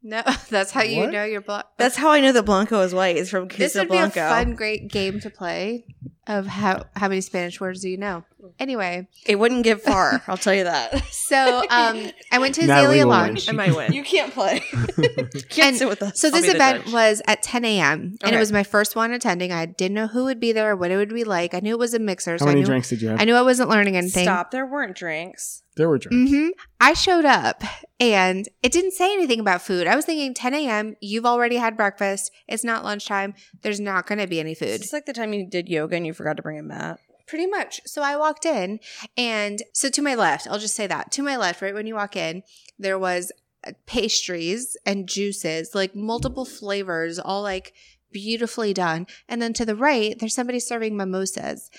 Speaker 3: no, that's how you
Speaker 2: What?
Speaker 3: know your block.
Speaker 4: That's how I know that blanco is white. Is from queso
Speaker 3: this would
Speaker 4: blanco.
Speaker 3: be a fun, great game to play of how how many Spanish words do you know. Anyway,
Speaker 4: It wouldn't get far. I'll tell you that.
Speaker 3: so um, I went to
Speaker 2: Natalie
Speaker 3: Azalea
Speaker 2: will
Speaker 3: Lodge.
Speaker 2: win.
Speaker 6: might win.
Speaker 4: You can't play. You can't
Speaker 3: And
Speaker 4: sit with us.
Speaker 3: So
Speaker 6: I'll
Speaker 3: this
Speaker 6: be the
Speaker 3: event
Speaker 6: judge.
Speaker 3: was at 10 a.m. and it
Speaker 4: Okay.
Speaker 3: was my first one attending. I didn't know who would be there, what it would be like. I knew it was a mixer, so
Speaker 2: How many
Speaker 3: I knew
Speaker 2: drinks did you have?
Speaker 3: I knew I wasn't learning anything.
Speaker 4: Stop. There weren't drinks.
Speaker 2: there were drinks.
Speaker 3: hmm I showed up and it didn't say anything about food. I was thinking 10 a.m. You've already had breakfast. It's not lunchtime. There's not going to be any food.
Speaker 4: It's like the time you did yoga and you forgot to bring a mat.
Speaker 3: Pretty much. So I walked in, and so to my left, I'll just say that to my left, right when you walk in, there was uh, pastries and juices, like multiple flavors, all like beautifully done. And then to the right, there's somebody serving mimosas.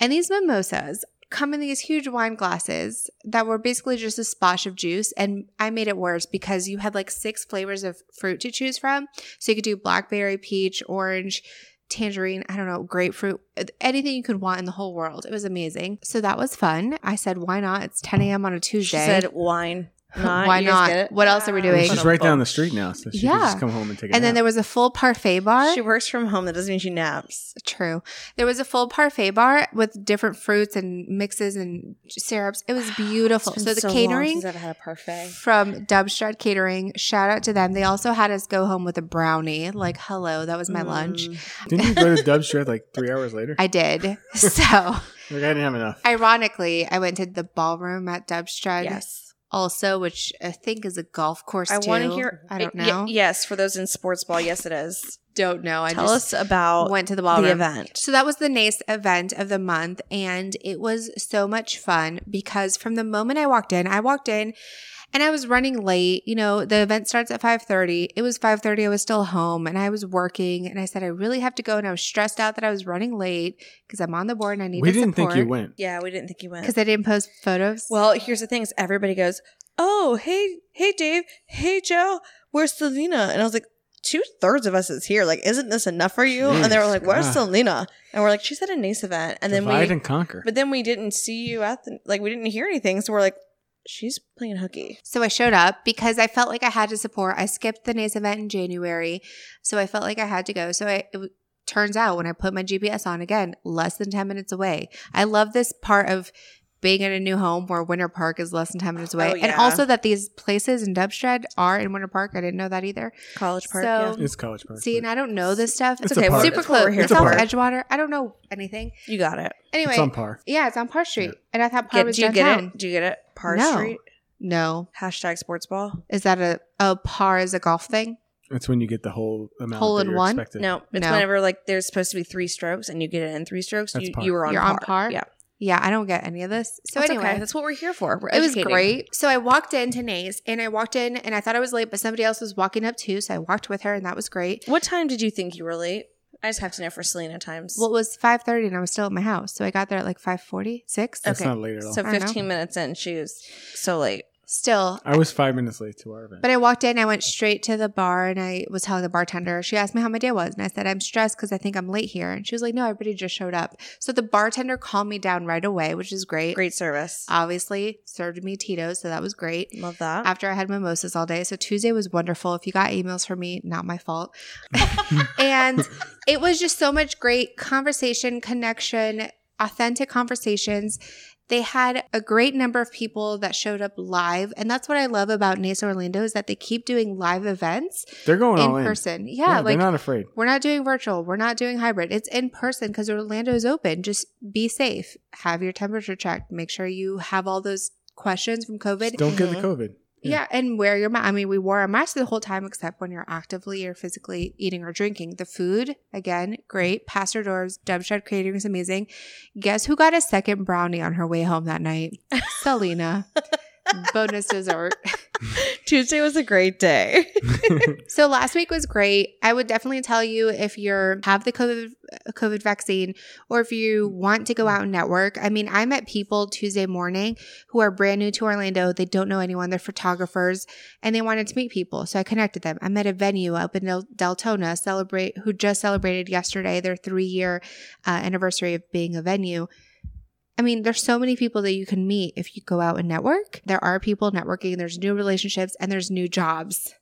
Speaker 3: And these mimosas come in these huge wine glasses that were basically just a splash of juice. And I made it worse because you had like six flavors of fruit to choose from. So you could do blackberry, peach, orange, tangerine, I don't know, grapefruit, anything you could want in the whole world. It was amazing. So that was fun. I said, why not? It's 10 a.m. on a Tuesday.
Speaker 4: She said wine. Not.
Speaker 3: why
Speaker 4: You guys get
Speaker 3: not?
Speaker 4: it?
Speaker 3: What else are we doing?
Speaker 2: She's right down the street now, so she
Speaker 3: Yeah.
Speaker 2: could just come home and take a
Speaker 3: And then
Speaker 2: nap.
Speaker 3: there was a full parfait bar.
Speaker 4: She works from home. That doesn't mean she naps.
Speaker 3: True. There was a full parfait bar with different fruits and mixes and syrups. It was beautiful.
Speaker 4: It's been
Speaker 3: so the
Speaker 4: long
Speaker 3: catering
Speaker 4: since I've had a parfait.
Speaker 3: from Dubstrad Catering, shout out to them. They also had us go home with a brownie. Like, hello, that was my lunch.
Speaker 4: Mm.
Speaker 2: Didn't you go to Dub's Shred like three hours later?
Speaker 3: I did. so,
Speaker 2: like, I didn't have enough.
Speaker 3: ironically, I went to the ballroom at Dubstrad
Speaker 4: Yes.
Speaker 3: also, which I think is a golf course
Speaker 4: I
Speaker 3: too.
Speaker 4: want to hear.
Speaker 3: I don't
Speaker 4: y-
Speaker 3: know.
Speaker 4: y- yes, for those in sports ball, yes, it is.
Speaker 3: Don't know. I
Speaker 4: Tell
Speaker 3: just
Speaker 4: us about
Speaker 3: went to the
Speaker 4: the
Speaker 3: ballroom.
Speaker 4: event.
Speaker 3: So that was the NACE event of the month, and it was so much fun because from the moment I walked in, I walked in and I was running late. You know, the event starts at 5:30. It was 5:30. I was still home and I was working, and I said I really have to go, and I was stressed out that I was running late because I'm on the board and I need.
Speaker 2: We didn't think you
Speaker 3: would
Speaker 2: went.
Speaker 4: Yeah, we didn't think you went.
Speaker 3: because I didn't post photos.
Speaker 4: Well, here's the thing: is everybody goes, "Oh, hey, hey, Dave, hey, Joe, where's Selena?" And I was like, two thirds of us is here. Like, isn't this enough for you?" And they were
Speaker 2: Jeez,
Speaker 4: like, "Where's
Speaker 2: God.
Speaker 4: Selena?" And we're like, "She's at a nice event." And then
Speaker 2: Divide
Speaker 4: we,
Speaker 2: and conquer.
Speaker 4: but then we didn't see you at the like we didn't hear anything. So we're like, "She's playing hooky."
Speaker 3: So I showed up because I felt like I had to support. I skipped the NACE event in January, so I felt like I had to go. So I, it w- turns out when I put my GPS on again, less than 10 minutes away. I love this part of being in a new home where Winter Park is less than 10 minutes away.
Speaker 4: Oh,
Speaker 3: And
Speaker 4: yeah.
Speaker 3: also that these places in Dubstred are in Winter Park. I didn't know that either.
Speaker 4: College park.
Speaker 3: So-
Speaker 4: yeah.
Speaker 2: it's college park.
Speaker 3: See, and I don't know this stuff.
Speaker 2: It's It's okay. a park.
Speaker 3: Super
Speaker 4: That's what
Speaker 3: close.
Speaker 4: we're here
Speaker 3: It's
Speaker 2: for.
Speaker 3: off Edgewater. I don't know anything.
Speaker 4: you got it.
Speaker 3: Anyway.
Speaker 2: it's on par.
Speaker 3: yeah, it's on Park Street. And I thought Park
Speaker 4: Get,
Speaker 3: was
Speaker 4: do you
Speaker 3: downtown.
Speaker 4: get it? Do you get it? Par
Speaker 3: No.
Speaker 4: Street.
Speaker 3: No.
Speaker 4: Hashtag sports ball.
Speaker 3: Is that a, a par is a golf thing?
Speaker 2: That's when you get the whole amount
Speaker 3: Hole
Speaker 2: that
Speaker 3: in
Speaker 2: you're
Speaker 3: one?
Speaker 2: expected.
Speaker 4: No, it's
Speaker 3: No.
Speaker 4: whenever like there's supposed to be three strokes and you get it in three strokes.
Speaker 2: That's
Speaker 4: You,
Speaker 2: par.
Speaker 4: you were on
Speaker 3: You're
Speaker 4: par.
Speaker 3: on par?
Speaker 4: Yeah.
Speaker 3: Yeah, I don't get any of this. So
Speaker 4: That's
Speaker 3: anyway,
Speaker 4: okay. that's what we're here for. We're
Speaker 3: it was
Speaker 4: educating.
Speaker 3: great. So I walked into Nays and I walked in and I thought I was late, but somebody else was walking up too. So I walked with her and that was great.
Speaker 4: What time did you think you were late? I just have to know for Selena times.
Speaker 3: Well, it was 5.30 and I was still at my house. So I got there at like 5.40, 6.
Speaker 2: That's
Speaker 4: okay.
Speaker 2: not late at all.
Speaker 4: so
Speaker 3: I don't know.
Speaker 4: 15 minutes in, she was so late.
Speaker 3: Still.
Speaker 2: I was five minutes late to our event.
Speaker 3: But I walked in, I went straight to the bar and I was telling the bartender, she asked me how my day was. And I said, I'm stressed because I think I'm late here. And she was like, no, everybody just showed up. So the bartender calmed me down right away, which is great.
Speaker 4: Great service.
Speaker 3: Obviously served me Tito's. So that was great.
Speaker 4: Love that.
Speaker 3: after I had mimosas all day. So Tuesday was wonderful. If you got emails from me, not my fault. and it was just so much great conversation, connection, authentic conversations. They had a great number of people that showed up live. And that's what I love about NACE Orlando is that they keep doing live events
Speaker 2: they're going all
Speaker 3: in person. Yeah,
Speaker 2: they're
Speaker 3: like
Speaker 2: not afraid.
Speaker 3: we're not doing virtual. We're not doing hybrid. It's in person because Orlando is open. Just be safe. Have your temperature checked. Make sure you have all those questions from COVID.
Speaker 2: Just don't get the COVID.
Speaker 3: Yeah, and wear your mask. I mean, we wore a mask the whole time except when you're actively or physically eating or drinking. The food, again, great. Pastor Doors, Dubshad Catering is amazing. Guess who got a second brownie on her way home that night? Selena. Bonus dessert.
Speaker 4: Tuesday was a great day.
Speaker 3: So last week was great. I would definitely tell you if you're have the COVID COVID vaccine or if you want to go out and network. I mean, I met people Tuesday morning who are brand new to Orlando. They don't know anyone. They're photographers and they wanted to meet people. So I connected them. I met a venue up in Del- Deltona celebrate who just celebrated yesterday their three year uh, anniversary of being a venue. I mean, there's so many people that you can meet if you go out and network. There are people networking, there's new relationships, and there's new jobs.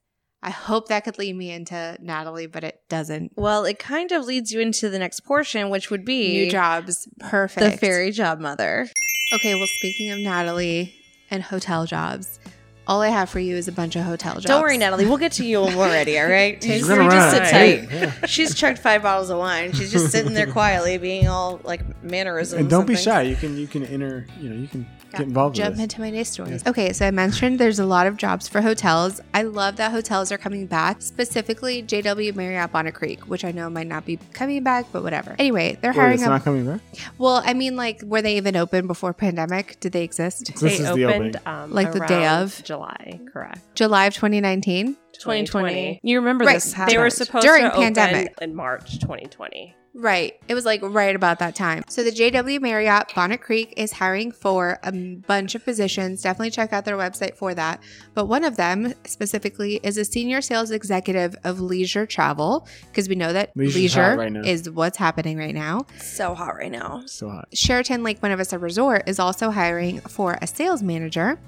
Speaker 3: I hope that could lead me into Natalie, but it doesn't.
Speaker 4: well, it kind of leads you into the next portion, which would be
Speaker 3: New jobs. Perfect.
Speaker 4: the fairy job mother.
Speaker 3: Okay, well, speaking of Natalie and hotel jobs, all I have for you is a bunch of hotel jobs.
Speaker 4: Don't worry, Natalie. We'll get to you when we're ready. All right.
Speaker 6: She's
Speaker 4: We're
Speaker 6: gonna
Speaker 4: just
Speaker 6: run.
Speaker 4: sit tight.
Speaker 2: Hey, yeah.
Speaker 4: She's chugged five bottles of wine. She's just sitting there quietly, being all like mannerisms.
Speaker 2: and don't be
Speaker 4: things.
Speaker 2: shy. You can you can enter. You know you can get involved.
Speaker 3: Jump
Speaker 2: with this.
Speaker 3: into my next stories. Okay, so I mentioned there's a lot of jobs for hotels. I love that hotels are coming back, specifically JW Marriott Bonnet Creek, which I know might not be coming back, but whatever. Anyway, they're
Speaker 2: Wait,
Speaker 3: hiring
Speaker 2: it's
Speaker 3: up.
Speaker 2: not coming back.
Speaker 3: well, I mean, like, were they even open before pandemic? Did they exist?
Speaker 2: So this
Speaker 6: they
Speaker 2: is the opening.
Speaker 6: opened um,
Speaker 3: Like the day
Speaker 6: around
Speaker 3: of?
Speaker 6: July, correct?
Speaker 3: July of 2019.
Speaker 6: 2020. You remember
Speaker 3: Right.
Speaker 6: this?
Speaker 3: They
Speaker 6: They
Speaker 3: were
Speaker 6: were
Speaker 3: supposed
Speaker 6: supposed
Speaker 3: During to
Speaker 6: to
Speaker 3: open pandemic.
Speaker 6: in March 2020.
Speaker 3: Right. It was like right about that time. So the JW Marriott Bonnet Creek is hiring for a m- bunch of positions. Definitely check out their website for that. But one of them specifically is a senior sales executive of leisure travel because we know that
Speaker 2: Leisure's
Speaker 3: leisure
Speaker 2: hot right now.
Speaker 3: is what's happening right now.
Speaker 4: So hot right now.
Speaker 2: So hot.
Speaker 3: Sheraton Lake Buena Vista Resort is also hiring for a sales manager.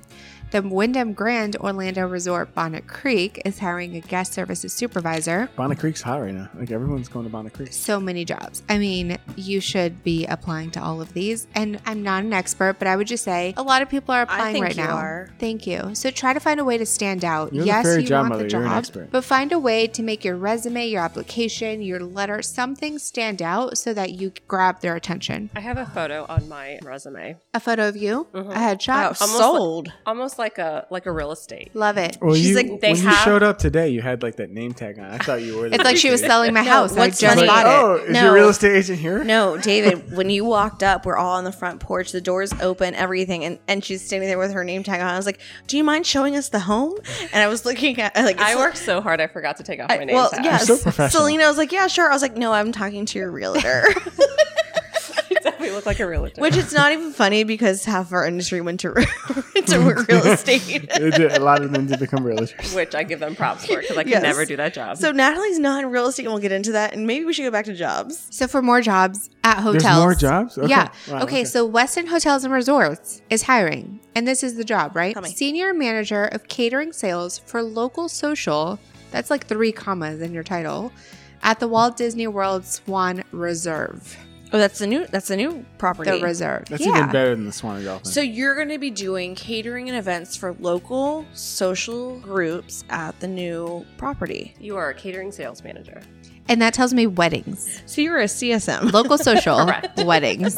Speaker 3: The Wyndham Grand Orlando Resort Bonnet Creek is hiring a guest services supervisor.
Speaker 2: Bonnet Creek's hot right now. Like everyone's going to Bonnet Creek.
Speaker 3: so many jobs. I mean, you should be applying to all of these. And I'm not an expert, but I would just say a lot of people are applying
Speaker 4: think
Speaker 3: right
Speaker 4: you
Speaker 3: now.
Speaker 4: are.
Speaker 3: Thank you. So try to find a way to stand out.
Speaker 2: You're the
Speaker 3: yes,
Speaker 2: fairy
Speaker 3: you
Speaker 2: job
Speaker 3: want
Speaker 2: mother.
Speaker 3: the
Speaker 2: You're an
Speaker 3: job,
Speaker 2: expert.
Speaker 3: but find a way to make your resume, your application, your letter, something stand out so that you grab their attention.
Speaker 6: I have a photo on my resume,
Speaker 3: A photo of you,
Speaker 4: Mm-hmm.
Speaker 6: Mhm.
Speaker 3: a headshot.
Speaker 4: Wow, sold.
Speaker 6: almost like a like a real estate.
Speaker 3: Love it.
Speaker 2: Well,
Speaker 6: She's
Speaker 2: you,
Speaker 6: like, they
Speaker 2: when you
Speaker 6: have-
Speaker 2: showed up today, you had like that name tag on. I thought you were. the
Speaker 3: It's like she was
Speaker 2: real estate
Speaker 3: selling my
Speaker 4: No,
Speaker 3: house. and I
Speaker 4: what's
Speaker 3: just
Speaker 4: funny-
Speaker 3: bought it.
Speaker 2: agent. Oh, is
Speaker 4: No.
Speaker 2: your real estate agent here?
Speaker 4: no, David, when you walked up, we're all on the front porch, the doors open, everything, and, and she's standing there with her name tag on. I was like, Do you mind showing us the home? And I was looking at like
Speaker 6: I
Speaker 4: it's-
Speaker 6: worked so hard, I forgot to take off
Speaker 4: I-
Speaker 6: my name
Speaker 4: well,
Speaker 6: tag.
Speaker 4: yes.
Speaker 2: so professional.
Speaker 4: Selena was like, Yeah, sure. I was like, No, I'm talking to your realtor.
Speaker 6: I definitely look like a realtor.
Speaker 4: Which it's not even funny because half our industry went to, went to real estate.
Speaker 2: They did- a lot of them did become realtors.
Speaker 6: Which I give them props for because I can
Speaker 4: Yes.
Speaker 6: never do that job.
Speaker 4: so Natalie's not in real estate, and we'll get into that. And maybe we should go back to jobs.
Speaker 3: So for more jobs at hotels.
Speaker 2: more jobs? Okay.
Speaker 3: Yeah.
Speaker 2: Wow,
Speaker 3: okay,
Speaker 2: okay.
Speaker 3: so Weston Hotels and Resorts is hiring. And this is the job, right?
Speaker 4: Tell me.
Speaker 3: Senior manager of catering sales for local social. That's like three commas in your title. At the Walt Disney World Swan Reserve.
Speaker 4: Oh, that's the new that's the new property.
Speaker 3: The reserve.
Speaker 2: That's
Speaker 3: yeah.
Speaker 2: even better than the Swan and Dolphin.
Speaker 4: So you're going to be doing catering and events for local social groups at the new property.
Speaker 6: you are a catering sales manager.
Speaker 3: And that tells me weddings.
Speaker 4: So you're a CSM.
Speaker 3: Local social weddings.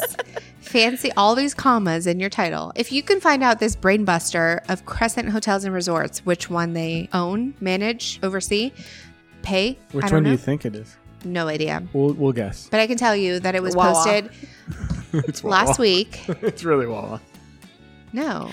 Speaker 3: Fancy all these commas in your title. If you can find out this brainbuster of Crescent Hotels and Resorts, which one they own, manage, oversee, pay,
Speaker 2: Which
Speaker 3: I
Speaker 2: one
Speaker 3: don't
Speaker 2: do
Speaker 3: know.
Speaker 2: you think it is?
Speaker 3: No idea.
Speaker 2: We'll, we'll guess.
Speaker 3: But I can tell you that it was
Speaker 4: Wawa.
Speaker 3: posted
Speaker 2: it's
Speaker 3: last
Speaker 2: Wawa.
Speaker 3: week.
Speaker 2: it's really Wawa.
Speaker 3: No,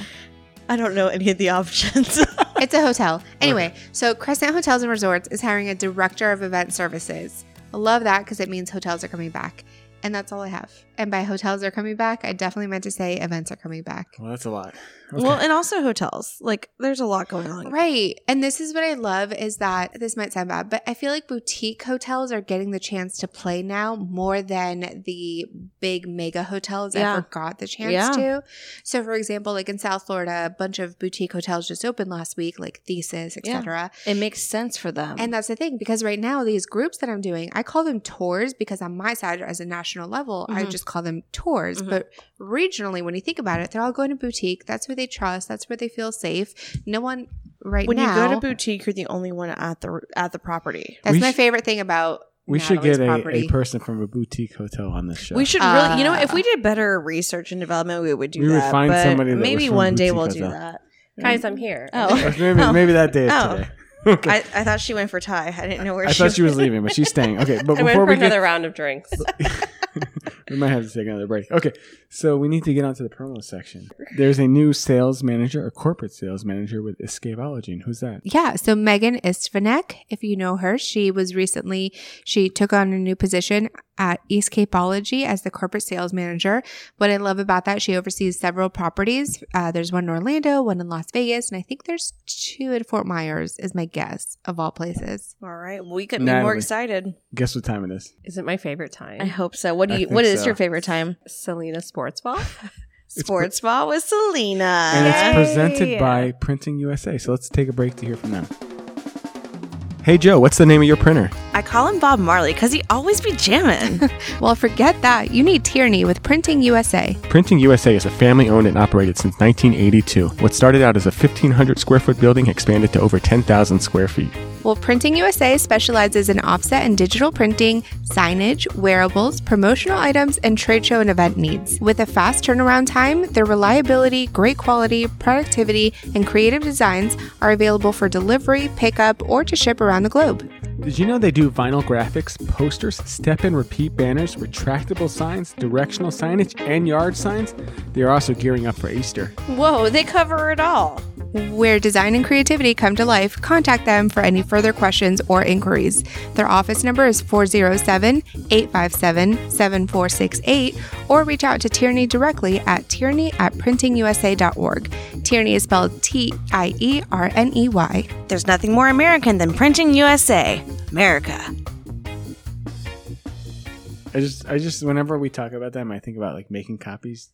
Speaker 4: I don't know any of the options.
Speaker 3: it's a hotel. Anyway, so Crescent Hotels and Resorts is hiring a director of event services. I love that because it means hotels are coming back. And that's all I have. And by hotels are coming back, I definitely meant to say events are coming back.
Speaker 2: Well, that's a lot. Okay.
Speaker 4: Well, and also hotels. Like there's a lot going on.
Speaker 3: Right. And this is what I love is that this might sound bad, but I feel like boutique hotels are getting the chance to play now more than the big mega hotels
Speaker 4: Yeah.
Speaker 3: ever got the chance
Speaker 4: Yeah.
Speaker 3: to. So for example, like in South Florida, a bunch of boutique hotels just opened last week, like Thesis,
Speaker 4: Yeah.
Speaker 3: etc.
Speaker 4: It makes sense for them.
Speaker 3: And that's the thing because right now these groups that I'm doing, I call them tours because on my side as a national level, I
Speaker 4: Mhm.
Speaker 3: just call them tours.
Speaker 4: Mhm.
Speaker 3: But regionally, when you think about it, they're all going to boutique. That's where they trust. That's where they feel safe. No one right
Speaker 4: when
Speaker 3: now.
Speaker 4: you go to boutique, you're the only one at the at the property.
Speaker 3: That's
Speaker 2: We
Speaker 3: my
Speaker 2: sh-
Speaker 3: favorite thing about
Speaker 2: we should
Speaker 3: Natalie's
Speaker 2: get a,
Speaker 3: property.
Speaker 2: a person from a boutique hotel on this show.
Speaker 4: We should really, you know, if we did better research and development, we would do
Speaker 2: Uh, We would
Speaker 4: that.
Speaker 2: find
Speaker 4: but
Speaker 2: somebody that was
Speaker 4: maybe
Speaker 2: from
Speaker 4: one day
Speaker 2: boutique
Speaker 4: we'll do
Speaker 2: hotel.
Speaker 4: that.
Speaker 6: Guys, I'm here.
Speaker 4: Mm. Oh.
Speaker 2: maybe, maybe that day is
Speaker 4: Oh.
Speaker 2: today.
Speaker 4: I, I thought she went for Thai. I didn't know where
Speaker 2: I
Speaker 4: she
Speaker 2: thought she was leaving, but she's staying. Okay, but
Speaker 6: I went
Speaker 2: before
Speaker 6: for
Speaker 2: we
Speaker 6: another
Speaker 2: get
Speaker 6: round of drinks.
Speaker 2: we might have to take another break. Okay, so we need to get onto the promo section. There's a new sales manager, a corporate sales manager with Escapeology. And who's that?
Speaker 3: Yeah, so Megan Istvanek, if you know her, she was recently she took on a new position at East Capeology as the corporate sales manager. What I love about that, she oversees several properties. Uh, there's one in Orlando, one in Las Vegas, and I think there's two in Fort Myers, is my guess of all places.
Speaker 4: All right, we could be more
Speaker 2: Natalie.
Speaker 4: excited.
Speaker 2: Guess what time it is?
Speaker 6: Is it my favorite time?
Speaker 4: I hope so. What do
Speaker 2: I
Speaker 4: you?
Speaker 2: think
Speaker 4: What is
Speaker 2: so.
Speaker 4: your favorite time?
Speaker 6: Selena Sports Ball.
Speaker 4: Sports ball with Selena.
Speaker 2: And it's
Speaker 6: Yay.
Speaker 2: presented by Printing USA. So let's take a break to hear from them. Hey, Joe, what's the name of your printer?
Speaker 1: I call him Bob Marley because he always be jamming.
Speaker 3: Well, forget that. You need Tierney with Printing USA.
Speaker 2: Printing USA is a family owned and operated since 1982. What started out as a 1,500 square foot building expanded to over 10,000 square feet.
Speaker 3: Well, Printing USA specializes in offset and digital printing, signage, wearables, promotional items, and trade show and event needs. With a fast turnaround time, their reliability, great quality, productivity, and creative designs are available for delivery, pickup, or to ship around the globe.
Speaker 2: Did you know they do vinyl graphics, posters, step and repeat banners, retractable signs, directional signage, and yard signs? They are also gearing up for Easter.
Speaker 4: Whoa, they cover it all.
Speaker 3: Where design and creativity come to life, contact them for any further questions or inquiries. Their office number is 407 857 7468 or reach out to Tierney directly at tierney at printingusa.org. Tierney is spelled T I E R N E Y.
Speaker 1: There's nothing more American than printing USA. America.
Speaker 2: I just, I just, whenever we talk about them, I think about like making copies.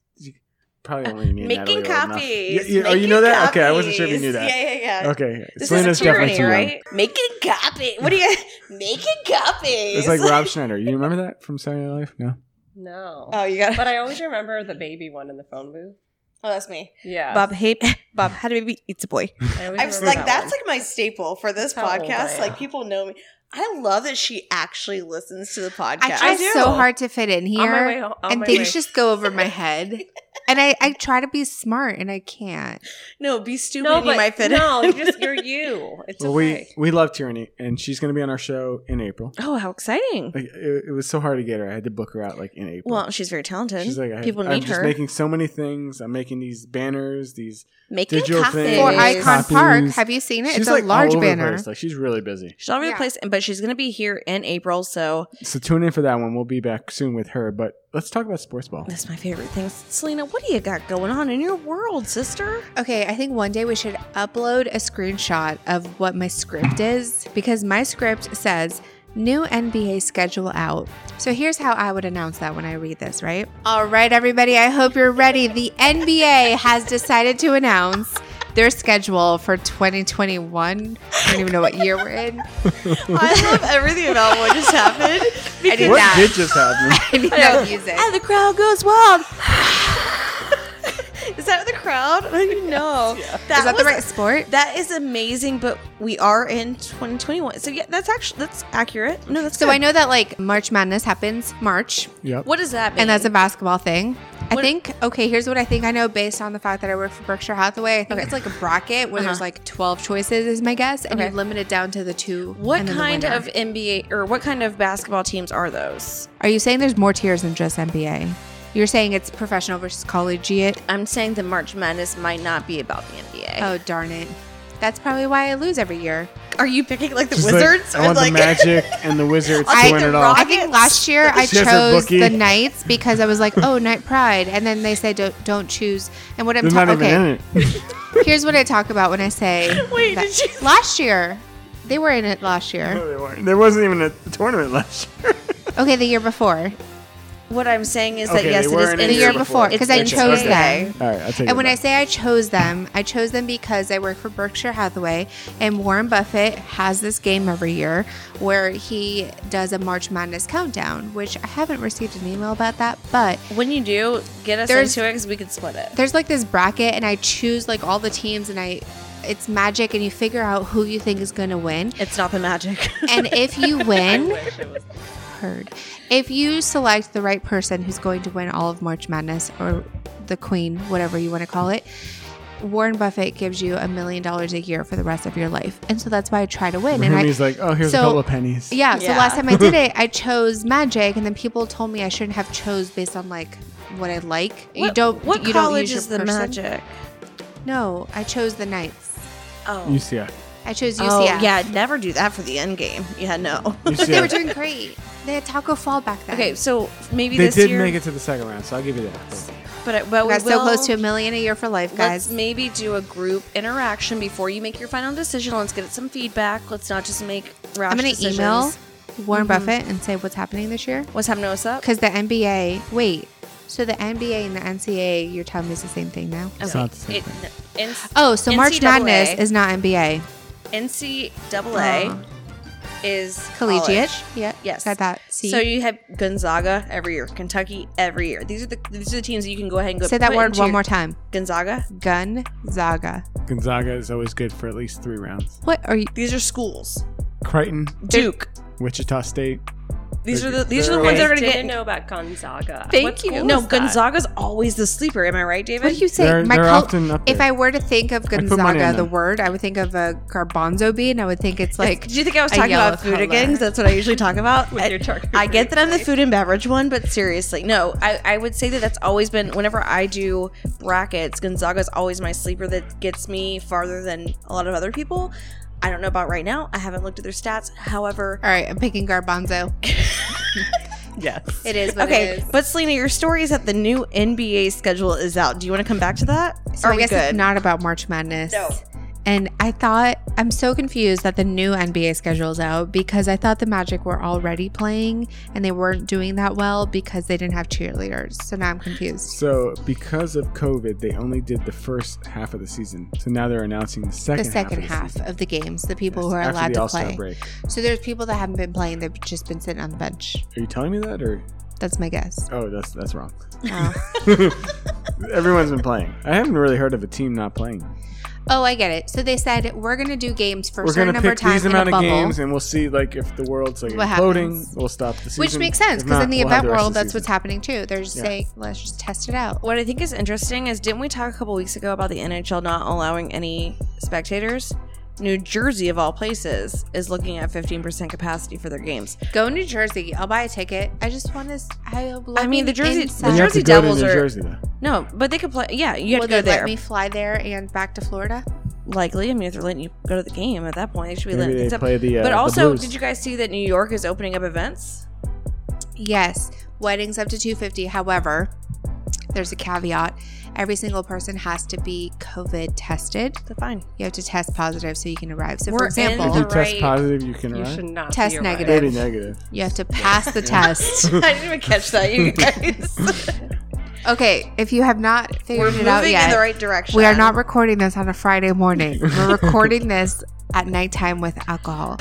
Speaker 2: Probably only me and Natalie
Speaker 4: Making
Speaker 2: will know.
Speaker 4: copies.
Speaker 2: You- you- oh, you know that? Okay, I wasn't sure if you knew that.
Speaker 4: Yeah, yeah, yeah.
Speaker 2: Okay,
Speaker 4: This
Speaker 2: Selena's
Speaker 4: is a tyranny,
Speaker 2: definitely too young.
Speaker 4: right? Making copies. What do you making copies?
Speaker 2: It's like Rob Schneider. You remember that from Saturday Night Live? No.
Speaker 6: no.
Speaker 4: Oh, you got.
Speaker 6: But I always remember the baby one in the phone booth.
Speaker 4: Oh, that's me.
Speaker 6: Yeah.
Speaker 4: Bob hate Bob had a baby eats a boy.
Speaker 6: I always
Speaker 4: I was
Speaker 6: remember
Speaker 4: like
Speaker 6: that
Speaker 4: that's
Speaker 6: one.
Speaker 4: like my staple for this
Speaker 6: How old I
Speaker 4: podcast.
Speaker 6: am.
Speaker 4: Like people know me. I love that she actually listens to the podcast.
Speaker 3: I try so hard to fit in
Speaker 6: on my
Speaker 3: here,
Speaker 6: way home. on
Speaker 3: and
Speaker 6: my
Speaker 3: things
Speaker 6: way-
Speaker 3: just go over my head. And I, I try to be smart and I can't.
Speaker 4: No, be stupid.
Speaker 6: no,
Speaker 4: and you
Speaker 6: but
Speaker 4: might fit.
Speaker 6: no,
Speaker 4: in.
Speaker 6: you're just you're you. It's
Speaker 2: Well, we
Speaker 6: okay.
Speaker 2: we love Tyranny, and she's going to be on our show in April.
Speaker 4: oh, how exciting!
Speaker 2: Like, it, it was so hard to get her. I had to book her out like in April.
Speaker 4: Well, she's very talented.
Speaker 2: she's like, I,
Speaker 4: people
Speaker 2: I'm
Speaker 4: need
Speaker 2: just
Speaker 4: her.
Speaker 2: making so many things. I'm making these banners, these
Speaker 4: making
Speaker 2: digital
Speaker 4: copies.
Speaker 2: things.
Speaker 3: For
Speaker 2: Yes.
Speaker 3: Icon
Speaker 2: Copies.
Speaker 3: Park, have you seen it?
Speaker 2: She's
Speaker 3: It's a
Speaker 2: like all
Speaker 3: large
Speaker 2: over the
Speaker 3: banner.
Speaker 2: place. Like she's really busy.
Speaker 4: She's all over
Speaker 3: Yeah.
Speaker 4: the place, but she's gonna be here in April. So
Speaker 2: So tune in for that one. We'll be back soon with her. But let's talk about sports ball.
Speaker 4: that's my favorite thing. Selena, what do you got going on in your world, sister?
Speaker 3: Okay, I think one day we should upload a screenshot of what my script is because my script says new NBA schedule out. So here's how I would announce that when I read this, right? All right, everybody, I hope you're ready. The NBA has decided to announce their schedule for 2021. I don't even know what year we're in.
Speaker 4: I love everything about what just happened.
Speaker 3: I did
Speaker 2: what
Speaker 3: not.
Speaker 2: did just happen?
Speaker 3: I did not use it.
Speaker 4: And the crowd goes wild. is that the crowd? I don't even know. That
Speaker 3: Is that the
Speaker 4: was-
Speaker 3: right sport?
Speaker 4: That is amazing, but we are in 2021. So yeah, that's actually that's accurate. No, that's
Speaker 3: So
Speaker 4: good.
Speaker 3: I know that like March Madness happens March,
Speaker 2: yep.
Speaker 4: What does that mean?
Speaker 3: and that's a basketball thing. I
Speaker 4: What-
Speaker 3: think okay. Here's what I think I know based on the fact that I work for Berkshire Hathaway. I think it's like a bracket where there's
Speaker 4: Uh-huh.
Speaker 3: like 12 choices is my guess, and
Speaker 4: Okay.
Speaker 3: you limit it down to the two.
Speaker 4: what
Speaker 3: and then the
Speaker 4: kind
Speaker 3: winner.
Speaker 4: of NBA or what kind of basketball teams are those?
Speaker 3: Are you saying there's more tiers than just NBA? You're saying it's professional versus collegiate.
Speaker 4: I'm saying the March Madness might not be about the NBA.
Speaker 3: Oh darn it! That's probably why I lose every year.
Speaker 4: are you picking like the
Speaker 2: She's like,
Speaker 4: Wizards
Speaker 2: I
Speaker 4: or
Speaker 2: want
Speaker 4: like
Speaker 2: the Magic and the Wizards
Speaker 4: I'll
Speaker 2: to
Speaker 4: take
Speaker 2: win
Speaker 4: the
Speaker 2: it all.
Speaker 4: Rock-
Speaker 3: I think last year I
Speaker 2: She has her
Speaker 3: chose
Speaker 2: bookie.
Speaker 3: the Knights because I was like, oh, Night Pride, and then they say don't don't choose. And what I'm ta-
Speaker 2: They're not even
Speaker 3: okay.
Speaker 2: in it.
Speaker 3: Here's what I talk about when I say.
Speaker 4: Wait,
Speaker 3: that-
Speaker 4: did you-
Speaker 3: Last year, they were in it last year.
Speaker 2: No, they weren't. There wasn't even a tournament last year.
Speaker 3: Okay, the year before.
Speaker 4: What I'm saying is that
Speaker 2: Okay,
Speaker 4: yes,
Speaker 2: they
Speaker 4: it
Speaker 2: were
Speaker 4: is
Speaker 2: in
Speaker 4: NBA.
Speaker 2: it
Speaker 3: The year
Speaker 2: before.
Speaker 3: before,
Speaker 4: It's
Speaker 3: because I
Speaker 4: NBA.
Speaker 3: chose
Speaker 4: Okay.
Speaker 3: them.
Speaker 2: All right, I'll take it.
Speaker 3: And when I
Speaker 2: back.
Speaker 3: say I chose them, I chose them because I work for Berkshire Hathaway, and Warren Buffett has this game every year where he does a March Madness countdown, which I haven't received an email about that, but
Speaker 4: When you do, get us
Speaker 3: There's-
Speaker 4: into it because we could split it.
Speaker 3: there's like this bracket and I choose like all the teams and I it's magic and you figure out who you think is going to win.
Speaker 4: It's not the Magic.
Speaker 3: And if you win,
Speaker 6: I wish it was-
Speaker 3: heard. If you select the right person who's going to win all of March Madness or the Queen, whatever you want to call it, Warren Buffett gives you a million dollars a year for the rest of your life. And so that's why I try to win. And I,
Speaker 2: He's like, oh, here's
Speaker 3: So-
Speaker 2: a couple of pennies.
Speaker 3: yeah, so
Speaker 4: Yeah.
Speaker 3: last time I did it, I chose magic, and then people told me I shouldn't have chose based on like what I like. you
Speaker 4: What-
Speaker 3: don't.
Speaker 4: What
Speaker 3: you don't use
Speaker 4: college
Speaker 3: your
Speaker 4: is the
Speaker 3: person.
Speaker 4: magic?
Speaker 3: No, I chose the knights.
Speaker 4: Oh.
Speaker 2: UCF.
Speaker 3: I chose UCF.
Speaker 4: Oh, yeah, never do that for the end game. Yeah, no.
Speaker 3: but they were
Speaker 2: UCF.
Speaker 3: doing great. They had Taco Fall back then.
Speaker 4: Okay, so maybe
Speaker 2: They
Speaker 4: this
Speaker 2: did
Speaker 4: year,
Speaker 2: make it to the second round, so I'll give you that.
Speaker 4: but but we
Speaker 3: we got so
Speaker 4: will-
Speaker 3: close to a million a year for life,
Speaker 4: Oh, Let's
Speaker 3: guys.
Speaker 4: maybe do a group interaction before you make your final decision. Let's get some feedback. Let's not just make rash
Speaker 3: I'm gonna
Speaker 4: decisions. Mm-hmm.
Speaker 3: email Warren Buffett and say what's happening this year
Speaker 4: What's happening to us up?
Speaker 3: because the NBA. Wait, so the NBA and the NCAA, you're telling me it's the same thing now?
Speaker 2: It's not the same
Speaker 4: It- no,
Speaker 2: thing.
Speaker 4: N-
Speaker 3: Oh, so March
Speaker 4: NCAA
Speaker 3: Madness is not NBA.
Speaker 4: NCAA
Speaker 3: Oh.
Speaker 4: is
Speaker 3: Collegiate.
Speaker 4: college.
Speaker 3: Yeah.
Speaker 4: Yes.
Speaker 3: Got that. See.
Speaker 4: So you have Gonzaga every year, Kentucky every year. These are the these are the teams that you can go ahead and go.
Speaker 3: Say that
Speaker 4: put
Speaker 3: word
Speaker 4: into
Speaker 3: one
Speaker 4: your-
Speaker 3: more time.
Speaker 4: Gonzaga.
Speaker 3: Gonzaga.
Speaker 2: Gonzaga is always good for at least three rounds.
Speaker 3: What are you?
Speaker 4: These are schools.
Speaker 2: Crichton,
Speaker 4: Duke.
Speaker 2: Wichita State.
Speaker 4: These are the
Speaker 2: They're-
Speaker 4: these are the
Speaker 2: they're
Speaker 4: ones that are
Speaker 6: I
Speaker 4: going to get.
Speaker 6: didn't know about Gonzaga.
Speaker 3: Thank
Speaker 6: What
Speaker 3: you.
Speaker 6: school
Speaker 4: No,
Speaker 6: is that?
Speaker 4: Gonzaga's always the sleeper. Am I right, David?
Speaker 3: What do you say?
Speaker 2: They're,
Speaker 3: My
Speaker 2: they're
Speaker 3: col-
Speaker 2: often up there.
Speaker 3: if I were to think of
Speaker 2: put money
Speaker 3: Gonzaga,
Speaker 2: on
Speaker 3: the
Speaker 2: them.
Speaker 3: word, I would think of a garbanzo bean. I would think it's like.
Speaker 4: Do you think I was
Speaker 3: a
Speaker 4: talking
Speaker 3: yellow
Speaker 4: about food
Speaker 3: color.
Speaker 4: again? 'Cause that's what I usually talk about.
Speaker 6: With
Speaker 4: I,
Speaker 6: your charcuterie
Speaker 4: I get that I'm the food and beverage one, but seriously, no. I, I would say that that's always been whenever I do brackets, Gonzaga's always my sleeper that gets me farther than a lot of other people. I don't know about right now. I haven't looked at their stats. However,
Speaker 3: All right, I'm picking garbanzo.
Speaker 6: Yes.
Speaker 3: It is what it
Speaker 4: okay.
Speaker 3: is.
Speaker 4: But Selena, your story is that the new NBA schedule is out. Do you want to come back to that?
Speaker 3: So
Speaker 4: Are
Speaker 3: I
Speaker 4: we
Speaker 3: guess
Speaker 4: good?
Speaker 3: it's not about March Madness.
Speaker 4: No.
Speaker 3: And I thought I'm so confused that the new NBA schedule's out because I thought the Magic were already playing and they weren't doing that well because they didn't have cheerleaders. So now I'm confused.
Speaker 2: so because of COVID, they only did the first half of the season. So now they're announcing the second.
Speaker 3: the second
Speaker 2: half. Of
Speaker 3: half
Speaker 2: the
Speaker 3: of,
Speaker 2: season.
Speaker 3: the games, the people
Speaker 2: Yes,
Speaker 3: who are
Speaker 2: after
Speaker 3: allowed
Speaker 2: the
Speaker 3: to
Speaker 2: All-Star
Speaker 3: play.
Speaker 2: break.
Speaker 3: So there's people that haven't been playing; they've just been sitting on the bench.
Speaker 2: Are you telling me that or?
Speaker 3: That's my guess.
Speaker 2: Oh, that's that's wrong.
Speaker 3: Oh,
Speaker 2: Everyone's been playing. I haven't really heard of a team not playing.
Speaker 3: Oh, I get it. So they said we're gonna do games for a
Speaker 2: We're
Speaker 3: certain
Speaker 2: gonna
Speaker 3: number
Speaker 2: pick
Speaker 3: of times
Speaker 2: these
Speaker 3: in a
Speaker 2: amount of
Speaker 3: bubble,
Speaker 2: games, and we'll see like if the world's like
Speaker 3: What
Speaker 2: exploding,
Speaker 3: happens.
Speaker 2: we'll stop the season.
Speaker 3: which makes sense
Speaker 2: If
Speaker 3: because
Speaker 2: not,
Speaker 3: in the
Speaker 2: we'll have
Speaker 3: event
Speaker 2: rest
Speaker 3: world,
Speaker 2: of the
Speaker 3: that's what's
Speaker 2: season.
Speaker 3: happening too. They're just
Speaker 2: Yeah.
Speaker 3: saying let's just test it out.
Speaker 4: What I think is interesting is didn't we talk a couple weeks ago about the NHL not allowing any spectators? New Jersey, of all places, is looking at 15% capacity for their games.
Speaker 3: Go New Jersey. I'll buy a ticket. I just want to. I love
Speaker 4: I mean, the
Speaker 3: being
Speaker 4: Jersey-
Speaker 3: inside.
Speaker 2: Then you have
Speaker 4: Jersey
Speaker 2: to go to
Speaker 4: Devils
Speaker 2: New
Speaker 4: are-
Speaker 2: Jersey though.
Speaker 4: No, but they could play. Yeah, you have
Speaker 3: Will
Speaker 4: to go
Speaker 3: they
Speaker 4: there.
Speaker 3: let me fly there and back to Florida?
Speaker 4: Likely, I mean, if they're letting you go to the game at that point, they should be letting
Speaker 2: Maybe
Speaker 4: things
Speaker 2: they
Speaker 4: up.
Speaker 2: play the. Uh,
Speaker 4: but
Speaker 2: the
Speaker 4: also,
Speaker 2: Blues.
Speaker 4: did you guys see that New York is opening up events?
Speaker 3: Yes, weddings up to 250. However, there's a caveat. Every single person has to be COVID tested.
Speaker 4: They're fine.
Speaker 3: You have to test positive so you can arrive. So,
Speaker 4: We're
Speaker 3: for
Speaker 4: in
Speaker 2: If
Speaker 3: example,
Speaker 2: you
Speaker 4: All
Speaker 2: test
Speaker 4: right.
Speaker 2: positive, you can
Speaker 6: You
Speaker 2: arrive.
Speaker 6: should not
Speaker 3: Test
Speaker 6: be a
Speaker 3: negative.
Speaker 2: Maybe
Speaker 6: riot.
Speaker 2: negative.
Speaker 3: you have to pass the test.
Speaker 4: I didn't even catch that, you guys.
Speaker 3: Okay, if you have not
Speaker 4: We're
Speaker 3: figured
Speaker 4: moving
Speaker 3: it out yet,
Speaker 4: in the right direction.
Speaker 3: we are not recording this on a Friday morning. We're recording this at nighttime with alcohol.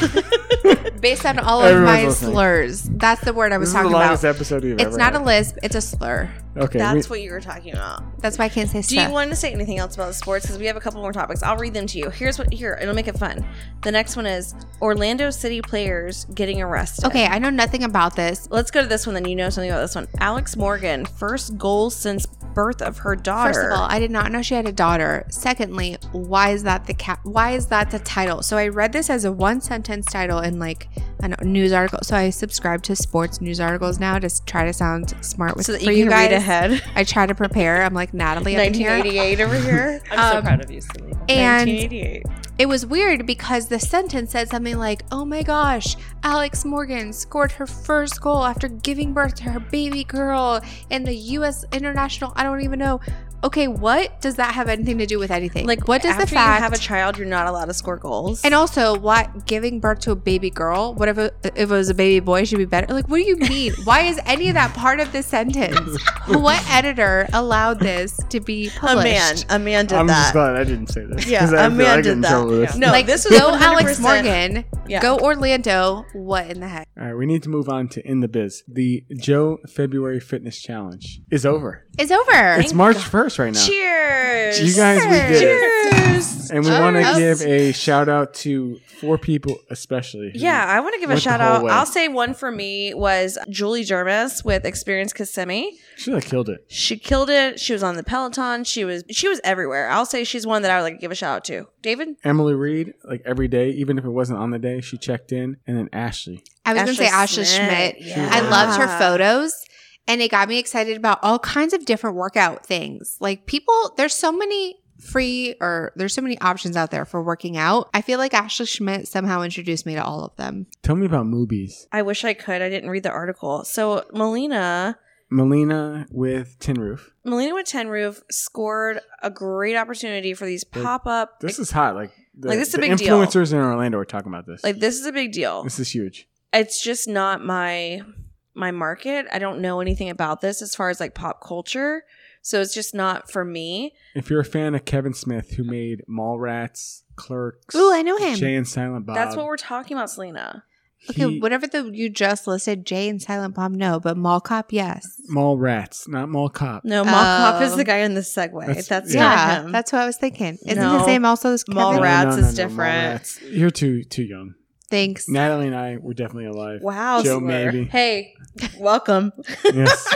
Speaker 3: Based on all of
Speaker 2: Everyone's
Speaker 3: my
Speaker 2: listening.
Speaker 3: slurs, that's the word I was
Speaker 2: This is the
Speaker 3: talking
Speaker 2: longest
Speaker 3: about.
Speaker 2: episode we've
Speaker 3: It's
Speaker 2: ever.
Speaker 3: not a
Speaker 2: had.
Speaker 3: lisp, it's a slur.
Speaker 2: Okay,
Speaker 4: That's
Speaker 2: we-
Speaker 4: what you were talking about.
Speaker 3: That's why I can't say
Speaker 4: Do
Speaker 3: stuff.
Speaker 4: you want to say anything else about the sports? Because we have a couple more topics. I'll read them to you. Here's what here, it'll make it fun. The next one is Orlando City players getting arrested.
Speaker 3: okay, I know nothing about this.
Speaker 4: Let's go to this one, then you know something about this one. Alex Morgan, first goal since birth of her daughter.
Speaker 3: First of all, I did not know she had a daughter. Secondly, why is that the cat? Why is that the title? So I read this as a one sentence title in like a news article. So I subscribe to sports news articles now to s- try to sound smart with
Speaker 4: so that
Speaker 3: for
Speaker 4: you
Speaker 3: you
Speaker 4: can
Speaker 3: guys.
Speaker 4: read ahead.
Speaker 3: I try to prepare. I'm like Natalie up in here.
Speaker 4: 1988 over here.
Speaker 6: I'm so proud of you, Selena.
Speaker 3: And
Speaker 4: 1988.
Speaker 3: it was weird because the sentence said something like, "Oh my gosh, Alex Morgan scored her first goal after giving birth to her baby girl in the U.S. international." I don't even know. Okay, what does that have anything to do with anything?
Speaker 4: Like,
Speaker 3: what does the
Speaker 4: after
Speaker 3: fact
Speaker 4: you have a child, you're not allowed to score goals.
Speaker 3: And also, what giving birth to a baby girl? What if it, if it was a baby boy? Should be better. Like, what do you mean? Why is any of that part of the sentence? what editor allowed this to be
Speaker 4: a
Speaker 3: published?
Speaker 4: man, a man did
Speaker 2: I'm just
Speaker 4: that.
Speaker 2: glad I didn't say this.
Speaker 4: Yeah,
Speaker 2: 'cause I
Speaker 4: a
Speaker 2: feel
Speaker 4: man
Speaker 2: I get
Speaker 4: did
Speaker 2: in
Speaker 4: that.
Speaker 2: trouble with this.
Speaker 4: No,
Speaker 3: like
Speaker 4: this was
Speaker 3: go Alex
Speaker 4: 100%.
Speaker 3: Morgan,
Speaker 4: Yeah.
Speaker 3: go Orlando. What in the heck?
Speaker 2: All right, we need to move on to in the biz. The Joe February Fitness Challenge is over.
Speaker 3: It's over.
Speaker 2: It's March first right now.
Speaker 4: Cheers.
Speaker 2: You guys, we did it.
Speaker 4: Cheers.
Speaker 2: And we
Speaker 3: All
Speaker 2: want
Speaker 3: right.
Speaker 2: to give a shout out to four people, especially. who-
Speaker 4: Yeah, I want to give a
Speaker 2: Went the
Speaker 4: shout
Speaker 2: whole
Speaker 4: out.
Speaker 2: way.
Speaker 4: I'll say one for me was Julie Jermis with Experience Kissimmee.
Speaker 2: She like killed it.
Speaker 4: She killed it. She was on the Peloton. She was she was everywhere. I'll say she's one that I would like to give a shout out to. David?
Speaker 2: Emily Reed, like every day, even if it wasn't on the day, she checked in. And then Ashley.
Speaker 3: I was going to say Ashley Schmidt.
Speaker 4: Yeah.
Speaker 3: I loved her photos and it got me excited about all kinds of different workout things. Like people, there's so many free or there's so many options out there for working out. I feel like Ashley Schmidt somehow introduced me to all of them.
Speaker 2: Tell me about movies.
Speaker 4: I wish I could. I didn't read the article. So Melina
Speaker 2: Melina with Tin Roof.
Speaker 4: Melina with Ten Roof scored a great opportunity for these
Speaker 2: Like,
Speaker 4: pop up.
Speaker 2: This is hot. Like, the,
Speaker 4: Like, this is a
Speaker 2: the
Speaker 4: big deal.
Speaker 2: influencers in Orlando are talking about this.
Speaker 4: like this is a big deal.
Speaker 2: this is huge.
Speaker 4: It's just not my my market. I don't know anything about this as far as like pop culture. So it's just not for me.
Speaker 2: If you're a fan of Kevin Smith, who made Mallrats, Clerks,
Speaker 3: Ooh, I know him.
Speaker 2: Jay and Silent Bob,
Speaker 4: That's what we're talking about, Selena.
Speaker 3: Okay,
Speaker 2: he-
Speaker 3: whatever the you just listed, Jay and Silent Bob, no, but Mall Cop, yes.
Speaker 2: Mallrats, not Mall Cop.
Speaker 4: No, Mall Cop
Speaker 3: Oh.
Speaker 4: is the guy in the Segway.
Speaker 2: That's-
Speaker 4: That's,
Speaker 2: Yeah.
Speaker 4: not
Speaker 3: Yeah,
Speaker 4: him.
Speaker 3: that's what I was thinking. Isn't
Speaker 4: No.
Speaker 3: his name also this
Speaker 4: Mall
Speaker 3: Kevin?
Speaker 4: rat. Mallrats is different.
Speaker 2: Mallrats. You're too too young.
Speaker 3: Thanks.
Speaker 2: Natalie and I were definitely alive.
Speaker 4: wow,
Speaker 2: Joe
Speaker 4: Slur.
Speaker 2: maybe.
Speaker 4: Hey, welcome.
Speaker 2: Yes.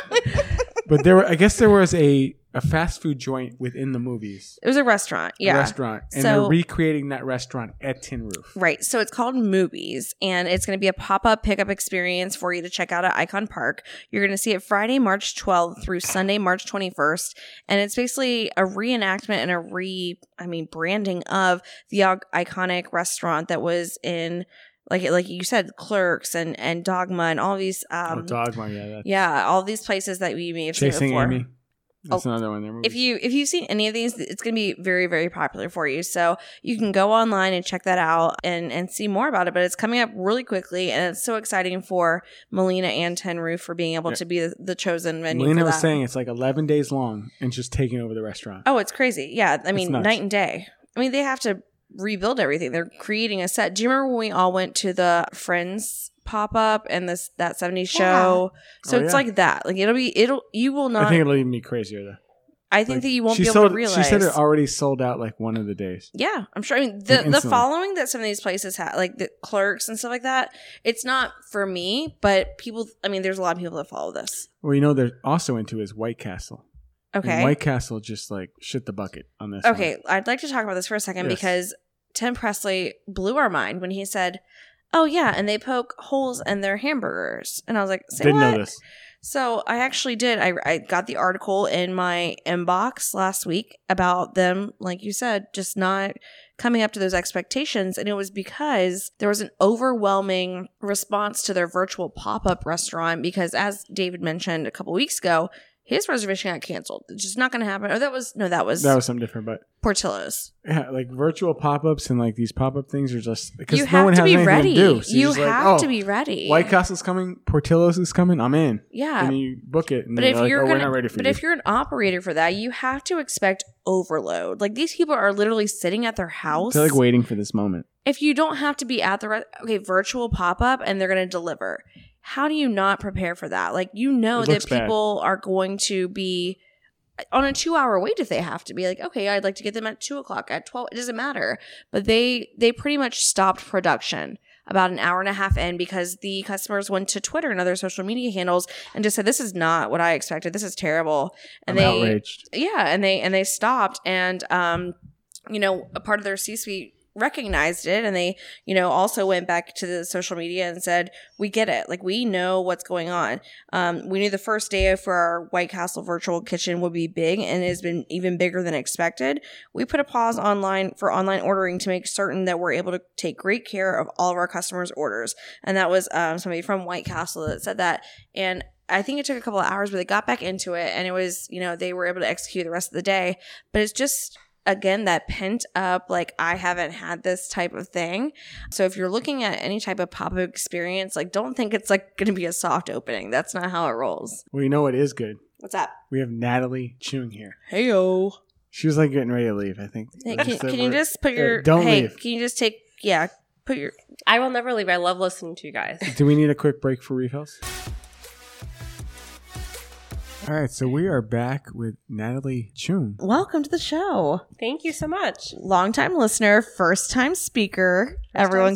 Speaker 2: but there were I guess there was a, a fast food joint within the movies.
Speaker 4: It was a restaurant.
Speaker 2: a
Speaker 4: Yeah.
Speaker 2: Restaurant. And
Speaker 4: So-
Speaker 2: they're recreating that restaurant at Tin Roof.
Speaker 4: Right. So it's called Movies, and it's going to be a pop up pickup experience for you to check out at Icon Park. You're going to see it Friday, March 12th through Sunday, March 21st. And it's basically a reenactment and a re, I mean, branding of the o- iconic restaurant that was in, like, like you said, Clerks and, and Dogma and all these. Um,
Speaker 2: oh Dogma, yeah. That's
Speaker 4: yeah, all these places that we may have seen
Speaker 2: Chasing
Speaker 4: before
Speaker 2: Amy. That's
Speaker 4: Oh.
Speaker 2: another one there.
Speaker 4: if you if you've seen any of these it's going to be very very popular for you so you can go online and check that out and and see more about it but it's coming up really quickly and it's so exciting for melina and ten roof for being able
Speaker 2: Yeah.
Speaker 4: to be the, the chosen venue
Speaker 2: Melina
Speaker 4: for
Speaker 2: was
Speaker 4: that.
Speaker 2: saying it's like eleven days long and just taking over the restaurant.
Speaker 4: oh it's crazy yeah i mean
Speaker 2: nuts.
Speaker 4: night and day i mean they have to rebuild everything they're creating a set do you remember when we all went to the friends pop up and this that 70s show so
Speaker 2: Oh,
Speaker 4: it's
Speaker 2: yeah.
Speaker 4: like that like it'll be it'll you will not
Speaker 2: I think it'll even be crazier though. Like,
Speaker 4: that you won't
Speaker 2: she
Speaker 4: be able
Speaker 2: sold,
Speaker 4: to realize
Speaker 2: She said it already sold out like one of the days.
Speaker 4: Yeah, I'm sure. I mean, the the
Speaker 2: instantly.
Speaker 4: following that some of these places have, like the clerks and stuff like that, it's not for me. But people, I mean, there's a lot of people that follow this.
Speaker 2: Well, you know, they're also into is White Castle. And
Speaker 4: Okay,
Speaker 2: White Castle just like shit the bucket on this. one.
Speaker 4: okay. I'd like to talk about this for a second
Speaker 2: Yes.
Speaker 4: because Tim Presley blew our mind when he said, "Oh yeah," and they poke holes in their hamburgers, and I was like, Say
Speaker 2: Didn't
Speaker 4: what?
Speaker 2: know this.
Speaker 4: So I actually did. I, I got the article in my inbox last week about them, like you said, just not coming up to those expectations. And it was because there was an overwhelming response to their virtual pop up restaurant. Because as David mentioned a couple weeks ago, his reservation got canceled. It's just not going to happen. Or that was, no, that was,
Speaker 2: That was something different, but
Speaker 4: Portillo's.
Speaker 2: yeah, like virtual pop ups and like these pop up things are just because
Speaker 4: You
Speaker 2: no
Speaker 4: have
Speaker 2: one
Speaker 4: to
Speaker 2: has
Speaker 4: be
Speaker 2: anything
Speaker 4: ready.
Speaker 2: to do. So you're
Speaker 4: you
Speaker 2: just like,
Speaker 4: have
Speaker 2: oh,
Speaker 4: to be ready.
Speaker 2: White Castle's coming, Portillo's is coming. I'm in.
Speaker 4: yeah.
Speaker 2: And you book it, and
Speaker 4: But
Speaker 2: then
Speaker 4: if
Speaker 2: they're like,
Speaker 4: you're
Speaker 2: oh,
Speaker 4: gonna,
Speaker 2: we're not ready for
Speaker 4: but
Speaker 2: you.
Speaker 4: if you're an operator for that, you have to expect overload. Like these people are literally sitting at their house.
Speaker 2: they're like waiting for this moment.
Speaker 4: if you don't have to be at the re- okay virtual pop up and they're going to deliver, how do you not prepare for that? Like you know
Speaker 2: It
Speaker 4: that
Speaker 2: looks bad.
Speaker 4: people are going to be on a two hour wait if they have to be like okay i'd like to get them at two o'clock at 12 it doesn't matter but they they pretty much stopped production about an hour and a half in because the customers went to twitter and other social media handles and just said this is not what i expected this is terrible and
Speaker 2: I'm
Speaker 4: they
Speaker 2: outraged.
Speaker 4: yeah and they and they stopped and um you know a part of their c-suite recognized it and they you know also went back to the social media and said we get it like we know what's going on um we knew the first day for our white castle virtual kitchen would be big and it has been even bigger than expected we put a pause online for online ordering to make certain that we're able to take great care of all of our customers orders and that was um somebody from white castle that said that and I think it took a couple of hours, but they got back into it and it was, you know, they were able to execute the rest of the day. But it's just, again, that pent up, like, I haven't had this type of thing. So if you're looking at any type of pop up experience, like, don't think it's like going to be a soft opening. That's not how it rolls.
Speaker 2: Well, you know what is good?
Speaker 4: What's up?
Speaker 2: We have Natalie Chung here.
Speaker 4: Hey, yo.
Speaker 2: She was like getting ready to leave, I think.
Speaker 4: Can, can you just put
Speaker 2: Yeah,
Speaker 4: your,
Speaker 2: don't
Speaker 4: hey,
Speaker 2: leave.
Speaker 4: can you just take, yeah, put your,
Speaker 6: I will never leave. I love listening to you guys.
Speaker 2: Do we need a quick break for refills? All right, so we are back with Natalie Chung.
Speaker 4: Welcome to the show.
Speaker 6: Thank you so much.
Speaker 4: Longtime listener, first time speaker. Everyone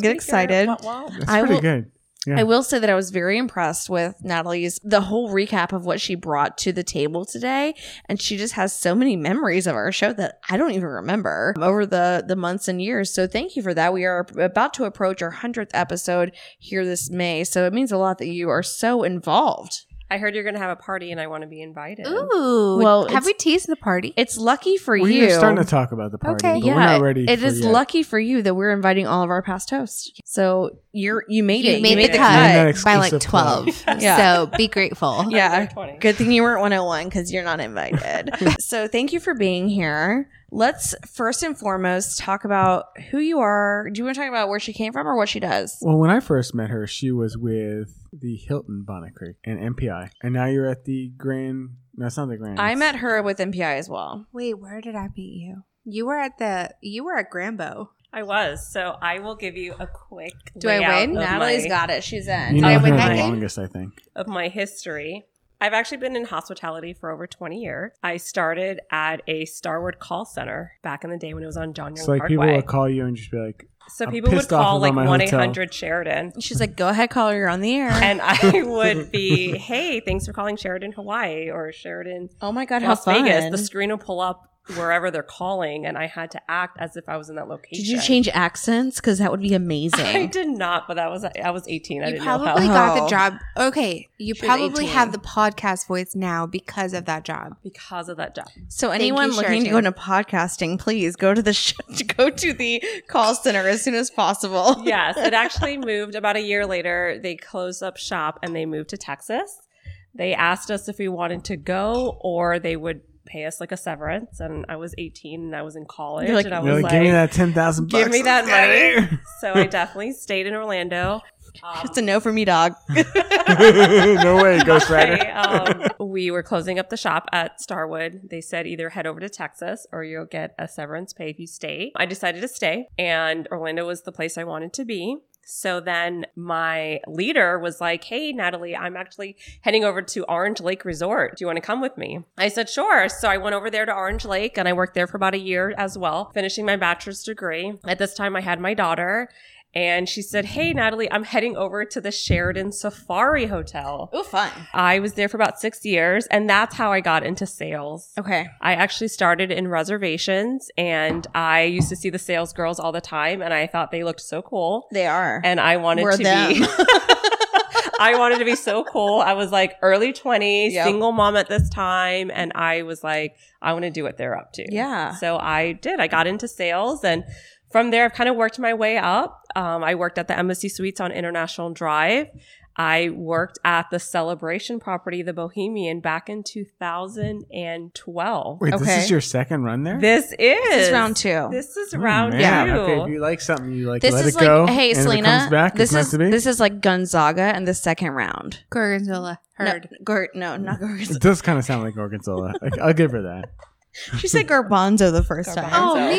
Speaker 6: First-time
Speaker 4: get
Speaker 6: speaker.
Speaker 4: excited.
Speaker 6: Wah, wah.
Speaker 2: That's
Speaker 4: I
Speaker 2: pretty
Speaker 4: will-
Speaker 2: good. Yeah.
Speaker 4: I will say that I was very impressed with Natalie's the whole recap of what she brought to the table today, and she just has so many memories of our show that I don't even remember over the the months and years. So thank you for that. We are about to approach our hundredth episode here this May, so it means a lot that you are so involved.
Speaker 6: I heard you're going to have a party and I want to be invited.
Speaker 3: Ooh.
Speaker 4: Well,
Speaker 3: have
Speaker 4: it's-
Speaker 3: we teased the party?
Speaker 4: It's lucky for
Speaker 2: We're
Speaker 4: you.
Speaker 2: starting to talk about the party,
Speaker 3: Okay.
Speaker 2: but we're not ready.
Speaker 4: It
Speaker 2: for
Speaker 4: is
Speaker 2: yet.
Speaker 4: lucky for you that we're inviting all of our past hosts. So you're you made
Speaker 3: You
Speaker 4: it.
Speaker 3: made the
Speaker 2: You're
Speaker 3: cut
Speaker 2: not
Speaker 3: by like
Speaker 2: exclusive
Speaker 3: 12.
Speaker 4: Yeah.
Speaker 3: So be grateful.
Speaker 4: Yeah.
Speaker 6: They're 20.
Speaker 4: Good thing you weren't 101 because you're not invited. so thank you for being here. Let's first and foremost talk about who you are. Do you want to talk about where she came from or what she does?
Speaker 2: Well, when I first met her, she was with the Hilton Bonnet Creek and MPI, and now you're at the Grand. No, it's not the Grand.
Speaker 4: I
Speaker 2: It's-
Speaker 4: met her with MPI as well.
Speaker 3: Wait, where did I meet you? You were at the you were at Grambo.
Speaker 6: I was. So I will give you a quick
Speaker 3: Do I
Speaker 6: layout
Speaker 3: win?
Speaker 6: of
Speaker 4: Natalie's
Speaker 6: my-
Speaker 4: got it. She's in.
Speaker 2: You know
Speaker 3: I
Speaker 2: her
Speaker 3: went
Speaker 2: the
Speaker 3: that day?
Speaker 2: longest, I think.
Speaker 6: of my history. I've actually been in hospitality for over 20 years. I started at a Starward call center back in the day when it was on John Young
Speaker 2: So like people
Speaker 6: Parkway.
Speaker 2: would call you and just be like,
Speaker 6: so
Speaker 2: I'm
Speaker 6: people would
Speaker 2: pissed off
Speaker 6: call
Speaker 2: about
Speaker 6: like
Speaker 2: my
Speaker 6: 1
Speaker 2: hotel.
Speaker 6: 800 Sheridan.
Speaker 4: She's like, go ahead, call her. You're on the air.
Speaker 6: And I would be, hey, thanks for calling Sheridan, Hawaii or Sheridan,
Speaker 4: oh my God, how
Speaker 6: Las
Speaker 4: fun.
Speaker 6: Vegas. The screen will pull up wherever they're calling, and I had to act as if I was in that location.
Speaker 4: Did you change accents? Because that would be
Speaker 6: I
Speaker 4: amazing.
Speaker 6: did not, but that was I was 18. I
Speaker 3: You
Speaker 6: didn't know how.
Speaker 3: probably got the
Speaker 4: Oh.
Speaker 3: job. Okay, you
Speaker 6: She was
Speaker 3: probably
Speaker 6: 18.
Speaker 3: have the podcast voice now because of that job.
Speaker 6: Because of that job.
Speaker 4: So
Speaker 3: Thank you,
Speaker 4: anyone looking to go
Speaker 3: Sheraton.
Speaker 4: into podcasting, please go to the sh- go to the call center as soon as possible.
Speaker 6: yes, it actually moved about a year later. They closed up shop and they moved to Texas. They asked us if we wanted to go or they would pay us like a severance. And I was 18 and I was in college.
Speaker 4: You're like,
Speaker 6: and I
Speaker 2: You're
Speaker 6: was
Speaker 2: like, give me that ten thousand bucks.
Speaker 6: "Give me
Speaker 2: let's
Speaker 6: that
Speaker 2: get out of
Speaker 6: so I definitely stayed in Orlando. Um,
Speaker 4: It's a no for me, dog.
Speaker 2: here." no way, Ghost Rider.
Speaker 6: I, um, we were closing up the shop at Starwood. They said either head over to Texas or you'll get a severance pay if you stay. I decided to stay, and Orlando was the place I wanted to be. So then my leader was like, Hey, Natalie, I'm actually heading over to Orange Lake Resort. Do you want to come with me? I said, Sure. So I went over there to Orange Lake and I worked there for about a year as well, finishing my bachelor's degree. At this time, I had my daughter. And she said, Hey, Natalie, I'm heading over to the Sheridan Safari Hotel.
Speaker 4: Oh, fun.
Speaker 6: I was there for about six years, and that's how I got into sales.
Speaker 4: Okay.
Speaker 6: I actually started in reservations, and I used to see the sales girls all the time, and I thought they looked so cool,
Speaker 4: They are.
Speaker 6: and I wanted
Speaker 4: We're
Speaker 6: to be.
Speaker 4: them.
Speaker 6: I wanted to be so cool. I was like early 20s,
Speaker 4: Yep.
Speaker 6: single mom at this time, and I was like, I want to do what they're up to.
Speaker 4: Yeah.
Speaker 6: So I did. I got into sales and from there I've kind of worked my way up. Um, I worked at the Embassy Suites on International Drive. I worked at the Celebration property, the Bohemian, back in 2012.
Speaker 2: Wait, this
Speaker 4: Okay.
Speaker 2: is your second run there.
Speaker 6: This is,
Speaker 4: This is round two.
Speaker 6: This is
Speaker 2: Oh,
Speaker 6: round
Speaker 2: man.
Speaker 6: two.
Speaker 2: Okay, if you like something, you like
Speaker 4: this
Speaker 2: let
Speaker 4: is
Speaker 2: it go.
Speaker 4: like, hey,
Speaker 2: and if it
Speaker 4: Selena,
Speaker 2: comes back,
Speaker 4: this
Speaker 2: it's meant
Speaker 4: is
Speaker 2: to be.
Speaker 4: this is like Gonzaga and the second round.
Speaker 3: Gorgonzola heard.
Speaker 4: No, Gor- no not Gorgonzola.
Speaker 2: It does kind of sound like Gorgonzola. Like, I'll give her that.
Speaker 4: she said Garbanzo the first time.
Speaker 3: Oh
Speaker 6: So-
Speaker 3: man,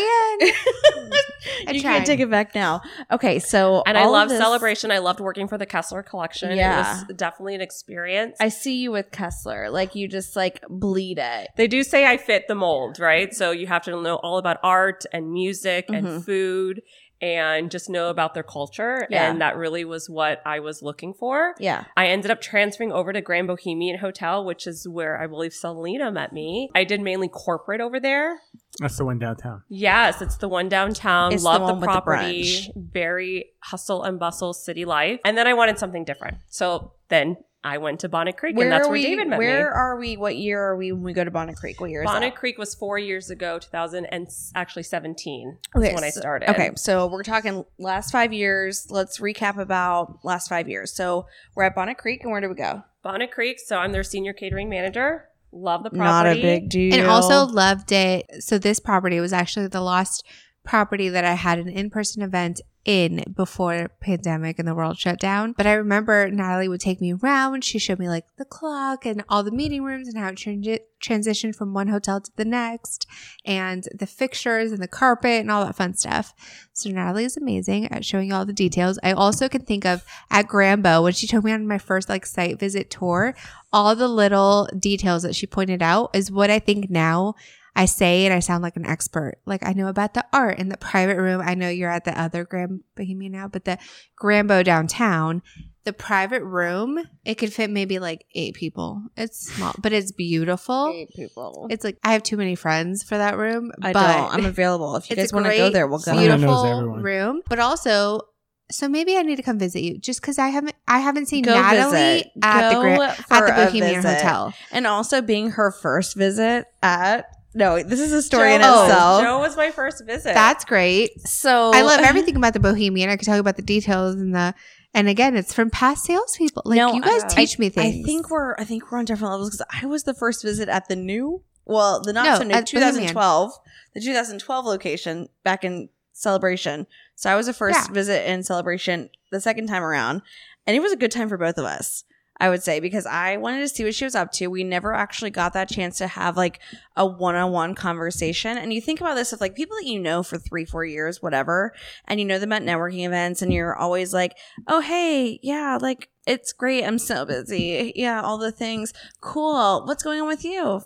Speaker 3: I
Speaker 4: you
Speaker 3: tried.
Speaker 4: can't take it back now. Okay, so
Speaker 6: And I
Speaker 4: all of
Speaker 6: love
Speaker 4: this-
Speaker 6: celebration. I loved working for the Kessler Collection.
Speaker 4: Yeah.
Speaker 6: It was definitely an experience.
Speaker 4: I see you with Kessler. Like you just like bleed it.
Speaker 6: they do say I fit the mold, right? So you have to know all about art and music and
Speaker 4: Mhm.
Speaker 6: food and just know about their culture.
Speaker 4: Yeah.
Speaker 6: And that really was what I was looking for.
Speaker 4: Yeah.
Speaker 6: I ended up transferring over to Grand Bohemian Hotel, which is where I believe Selena met me. I did mainly corporate over there.
Speaker 2: That's the one downtown.
Speaker 6: Yes, it's the one downtown.
Speaker 4: It's the
Speaker 6: Love the,
Speaker 4: one with the
Speaker 6: property.
Speaker 4: brunch.
Speaker 6: very hustle and bustle city life. And then I wanted something different. So then I went to Bonnet Creek, and that's
Speaker 4: are
Speaker 6: where
Speaker 4: we,
Speaker 6: David met me.
Speaker 4: Where are we? What year are we when we go to Bonnet Creek? What year is
Speaker 6: Bonnet
Speaker 4: that?
Speaker 6: Creek was four years ago, 2000 and s- actually 17
Speaker 4: Okay,
Speaker 6: is when I
Speaker 4: so-
Speaker 6: started.
Speaker 4: Okay, so we're talking last five years. Let's recap about last five years. So we're at Bonnet Creek, and where do we go?
Speaker 6: Bonnet Creek. So I'm their senior catering manager. Love the property.
Speaker 4: deal.
Speaker 3: and also loved it. So this property was actually the last property that I had an in-person event in before pandemic and the world shut down. But I remember Natalie would take me around. She showed me like the clock and all the meeting rooms and how it transi- transitioned from one hotel to the next and the fixtures and the carpet and all that fun stuff. So Natalie is amazing at showing you all the details. I also can think of at Grambo when she took me on my first like site visit tour, all the little details that she pointed out is what I think now I say and I sound like an expert. Like I know about the art in the private room. I know you're at the other Grand Bohemia now, but the Grambo downtown, the private room, it could fit maybe like eight people. It's small, but it's beautiful.
Speaker 4: Eight people.
Speaker 3: It's like I have too many friends for that room.
Speaker 4: I
Speaker 3: but
Speaker 4: don't. I'm available. If you
Speaker 3: it's
Speaker 4: guys
Speaker 3: a
Speaker 4: want to go
Speaker 3: great,
Speaker 4: there, we'll go.
Speaker 2: Sonia knows
Speaker 3: Beautiful
Speaker 2: everyone.
Speaker 3: room, but also. So maybe I need to come visit you just because I haven't I haven't seen
Speaker 4: Go
Speaker 3: Natalie
Speaker 4: visit.
Speaker 3: at the
Speaker 4: Go
Speaker 3: Grand at
Speaker 4: for
Speaker 3: the
Speaker 4: a
Speaker 3: Bohemian
Speaker 4: visit.
Speaker 3: Hotel.
Speaker 4: And also being her first visit at no, this is a story in
Speaker 3: Joe-
Speaker 4: itself.
Speaker 6: Oh, Joe was my first visit.
Speaker 3: That's great.
Speaker 4: So
Speaker 3: I love everything about the Bohemian. I could tell you about the details and the and again, it's from past salespeople. Like
Speaker 4: No,
Speaker 3: you guys
Speaker 4: I-
Speaker 3: teach me things.
Speaker 4: I think we're I think we're on different levels because I was the first visit at the new well the not
Speaker 3: No,
Speaker 4: so new
Speaker 3: at
Speaker 4: 2012 the 2012 location back in Celebration. So I was the first
Speaker 3: Yeah.
Speaker 4: visit in Celebration the second time around, and it was a good time for both of us. I would say because I wanted to see what she was up to. We never actually got that chance to have like a one-on-one conversation. And you think about this of like people that you know for three, four years, whatever, and you know them at networking events, and you're always like, oh hey yeah like it's great i'm so busy yeah all the things cool what's going on with you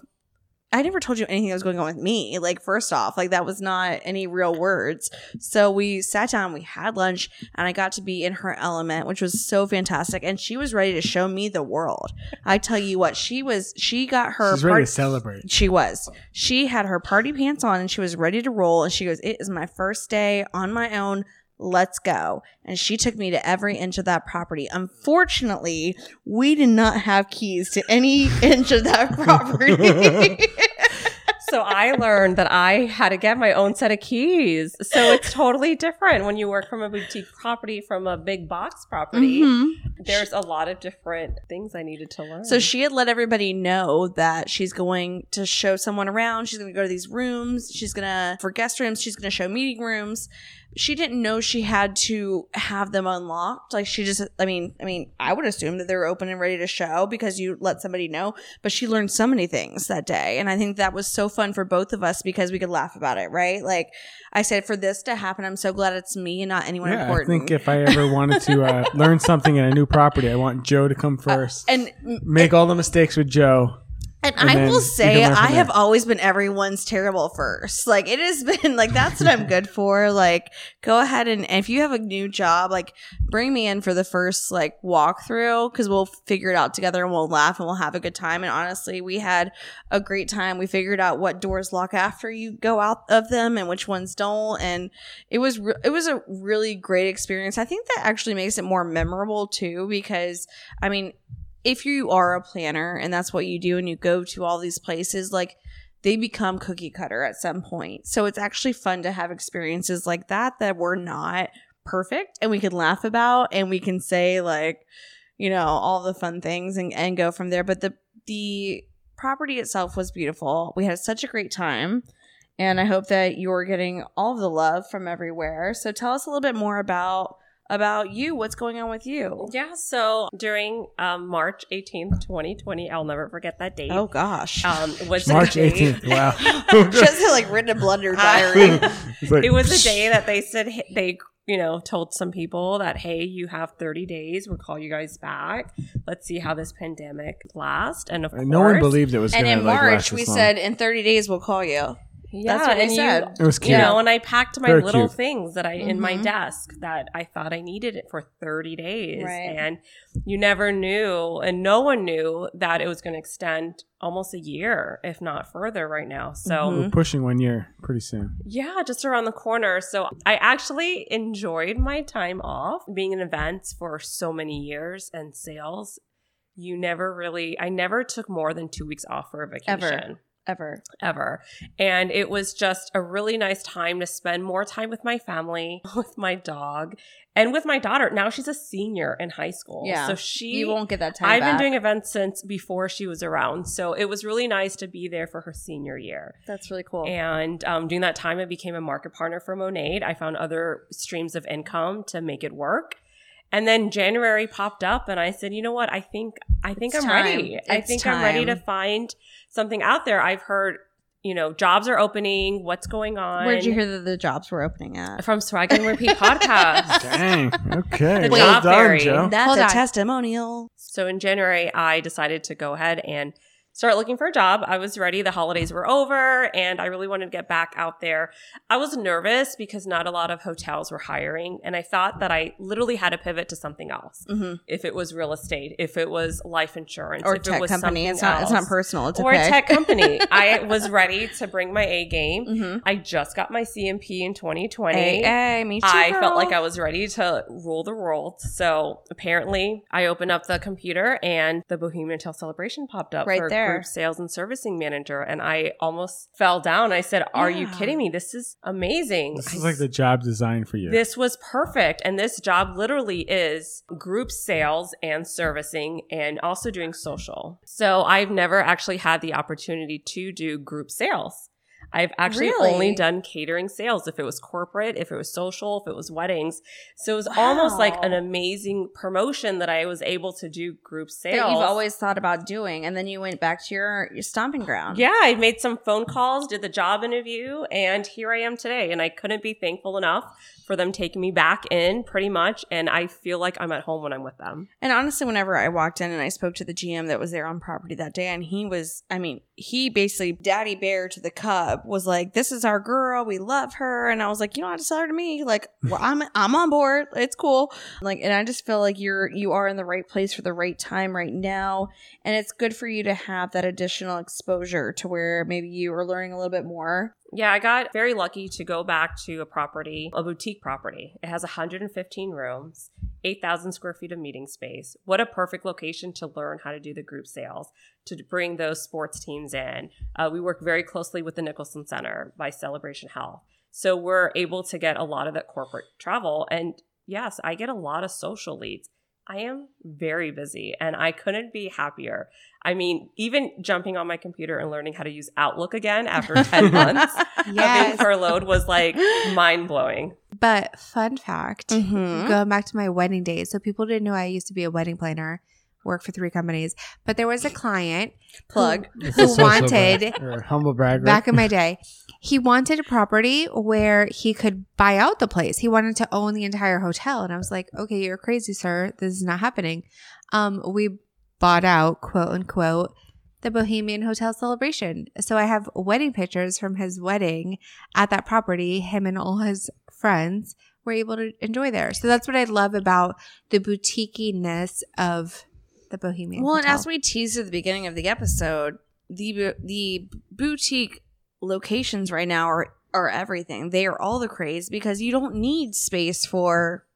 Speaker 4: i never told you anything that was going on with me like first off like that was not any real words so we sat down we had lunch and i got to be in her element which was so fantastic and she was ready to show me the world i tell you what she was she got her
Speaker 2: She's ready
Speaker 4: part-
Speaker 2: to celebrate.
Speaker 4: she was. She had her party pants on and she was ready to roll. And she goes, It is my first day on my own. Let's go. And she took me to every inch of that property. Unfortunately, we did not have keys to any inch of that property.
Speaker 6: so I learned that I had to get my own set of keys. So it's totally different when you work from a boutique property from a big box property.
Speaker 4: Mm-hmm.
Speaker 6: There's a lot of different things I needed to learn.
Speaker 2: Mm.
Speaker 4: So she had let everybody know that she's going to show someone around. She's going to go to these rooms. She's going to, for guest rooms, she's going to show meeting rooms. She didn't know she had to have them unlocked. Like she just, I mean, I mean, I would assume that they were open and ready to show because you let somebody know. But she learned so many things that day. And I think that was so fun for both of us because we could laugh about it, right? Like I said, for this to happen, I'm so glad it's me and not anyone
Speaker 2: Yeah, I
Speaker 4: important.
Speaker 2: think if I ever wanted to uh, learn something in a new property, I want Joe to come first.
Speaker 4: Uh, and
Speaker 2: Make all the mistakes with Joe.
Speaker 4: And,
Speaker 2: And
Speaker 4: I
Speaker 2: then
Speaker 4: will
Speaker 2: you
Speaker 4: say,
Speaker 2: can learn from
Speaker 4: I have
Speaker 2: there.
Speaker 4: always been everyone's terrible first. Like it has been like that's what I'm good for. Like go ahead and if you have a new job, like bring me in for the first like walkthrough because we'll figure it out together and we'll laugh and we'll have a good time. And honestly, we had a great time. We figured out what doors lock after you go out of them and which ones don't. And it was re- it was a really great experience. I think that actually makes it more memorable too because I mean if you are a planner and that's what you do and you go to all these places like they become cookie cutter at some point so it's actually fun to have experiences like that that we're not perfect and we can laugh about and we can say like you know all the fun things and, and go from there but the the property itself was beautiful we had such a great time and i hope that you're getting all the love from everywhere so tell us a little bit more about about you what's going on with you
Speaker 6: yeah, so during um, March 18th, 2020, I'll never forget that date.
Speaker 4: oh gosh
Speaker 6: Um, it was
Speaker 2: March
Speaker 6: a date-
Speaker 2: 18th. Wow.
Speaker 4: just had like written a blunder diary.
Speaker 2: It's like,
Speaker 6: it was a day that they said hey- they you know told some people that hey you have 30 days we'll call you guys back let's see how this pandemic lasts and of course
Speaker 2: No one believed it was going
Speaker 4: and
Speaker 2: to
Speaker 4: in
Speaker 2: like, last
Speaker 4: March,
Speaker 2: this
Speaker 4: we
Speaker 2: long.
Speaker 4: said in 30 days we'll call you.
Speaker 6: yeah
Speaker 4: That's what we
Speaker 6: and
Speaker 4: said.
Speaker 6: you
Speaker 2: It was cute.
Speaker 6: you know, and I packed my
Speaker 2: Very
Speaker 6: little
Speaker 2: cute.
Speaker 6: things that I in my
Speaker 4: Mhm.
Speaker 6: desk that I thought I needed it for 30 days.
Speaker 4: Right.
Speaker 6: And you never knew, and no one knew that it was going to extend almost a year, if not further, right now. So,
Speaker 4: Mhm.
Speaker 2: We're pushing one year pretty soon.
Speaker 6: yeah, just around the corner. So I actually enjoyed my time off being in events for so many years and sales. You never really, I never took more than two weeks off for a vacation.
Speaker 4: Ever. ever.
Speaker 6: ever. And it was just a really nice time to spend more time with my family, with my dog, and with my daughter. Now she's a senior in high school.
Speaker 4: Yeah.
Speaker 6: So she
Speaker 4: You won't get that time.
Speaker 6: I've
Speaker 4: back.
Speaker 6: been doing events since before she was around. So it was really nice to be there for her senior year.
Speaker 4: That's really cool.
Speaker 6: And um, during that time, I became a market partner for Monade. I found other streams of income to make it work. And then January popped up, and I said, "You know what? I think I think
Speaker 4: It's
Speaker 6: I'm
Speaker 4: time.
Speaker 6: ready. I
Speaker 4: It's
Speaker 6: think I'm ready to
Speaker 4: time."
Speaker 6: find something out there. I've heard, you know, jobs are opening. What's going on?
Speaker 4: Where'd you hear that the jobs were opening at?
Speaker 6: from Swag and Repeat podcast?
Speaker 2: Dang. Okay.
Speaker 6: The
Speaker 2: well
Speaker 6: job
Speaker 2: done,
Speaker 6: fairy.
Speaker 2: Joe.
Speaker 4: That's
Speaker 3: Hold
Speaker 4: a
Speaker 3: on.
Speaker 4: testimonial.
Speaker 6: So in January, I decided to go ahead and start looking for a job. I was ready. The holidays were over and I really wanted to get back out there. I was nervous because not a lot of hotels were hiring. And I thought that I literally had to pivot to something else.
Speaker 4: Mhm.
Speaker 6: If it was real estate, if it was life insurance,
Speaker 4: Or
Speaker 6: if it
Speaker 4: tech
Speaker 6: was
Speaker 4: company.
Speaker 6: something
Speaker 4: It's not. It's not
Speaker 6: else.
Speaker 4: personal. It's a
Speaker 6: or a
Speaker 4: pay.
Speaker 6: tech company. I was ready to bring my A game.
Speaker 4: Mhm.
Speaker 6: I just got my CMP in 2020.
Speaker 4: Hey, hey, me too.
Speaker 6: I felt like
Speaker 4: girl.
Speaker 6: I was ready to rule the world. So apparently, I opened up the computer and the Bohemian Tale Celebration popped up
Speaker 4: Right
Speaker 6: for
Speaker 4: there.
Speaker 6: group sales and servicing manager, and I almost fell down. I said, "Are you
Speaker 4: Yeah.
Speaker 6: kidding me? This is amazing."
Speaker 2: This
Speaker 6: I
Speaker 2: is like the job design for you.
Speaker 6: this was perfect. And this job literally is group sales and servicing and also doing social. So I've never actually had the opportunity to do group sales. I've actually
Speaker 4: Really?
Speaker 6: only done catering sales if it was corporate, if it was social, if it was weddings. So it was almost like an
Speaker 4: Wow.
Speaker 6: amazing promotion that I was able to do group
Speaker 4: that
Speaker 6: sales.
Speaker 4: you've always thought about doing, and then you went back to your, your stomping ground.
Speaker 6: Yeah, I made some phone calls, did the job interview, and here I am today. And I couldn't be thankful enough for them taking me back in pretty much. And I feel like I'm at home when I'm with them.
Speaker 4: And honestly, whenever I walked in and I spoke to the GM that was there on property that day, and he was, I mean, he basically, daddy bear to the cub, was like, This is our girl. We love her. And I was like, You don't have to sell her to me. Like, well, I'm, I'm on board. It's cool. Like, and I just feel like you're, you are in the right place for the right time right now. And it's good for you to have that additional exposure to where maybe you are learning a little bit more.
Speaker 6: Yeah, I got very lucky to go back to a property, a boutique property. It has 115 rooms, 8,000 square feet of meeting space. What a perfect location to learn how to do the group sales, to bring those sports teams in. Uh, we work very closely with the Nicholson Center by Celebration Health. So we're able to get a lot of that corporate travel. And yes, I get a lot of social leads. I am very busy and I couldn't be happier. I mean, even jumping on my computer and learning how to use Outlook again after 10 months of being
Speaker 3: Yes.
Speaker 6: furloughed was like mind blowing.
Speaker 3: But fun fact
Speaker 4: Mm-hmm.
Speaker 3: going back to my wedding days. So people didn't know I used to be a wedding planner, work for three companies. But there was a client
Speaker 4: Plug.
Speaker 2: It's
Speaker 3: who
Speaker 2: a social
Speaker 3: wanted-
Speaker 2: brag- or a humble brag.
Speaker 3: back in my day. He wanted a property where he could buy out the place. He wanted to own the entire hotel. And I was like, okay, you're crazy, sir. This is not happening. Um, we bought out, quote unquote, the Bohemian Hotel celebration. So I have wedding pictures from his wedding at that property. Him and all his friends were able to enjoy there. So that's what I love about the boutiquiness of the Bohemian
Speaker 4: Well, and
Speaker 3: Hotel.
Speaker 4: as we teased at the beginning of the episode, the bu- the boutique locations right now are are everything. They are all the craze because you don't need space for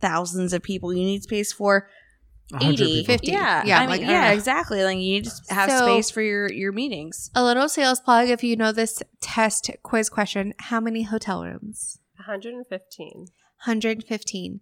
Speaker 4: thousands of people. You need space for
Speaker 2: 100
Speaker 4: 80,
Speaker 2: people.
Speaker 3: 50.
Speaker 4: Yeah,
Speaker 3: Yeah,
Speaker 4: I mean,
Speaker 3: like, I don't
Speaker 4: yeah,
Speaker 3: know.
Speaker 4: exactly. Like you need to have
Speaker 3: So-
Speaker 4: space for your your meetings.
Speaker 3: A little sales plug if you know this test quiz question. How many hotel rooms?
Speaker 6: 115.
Speaker 3: 115.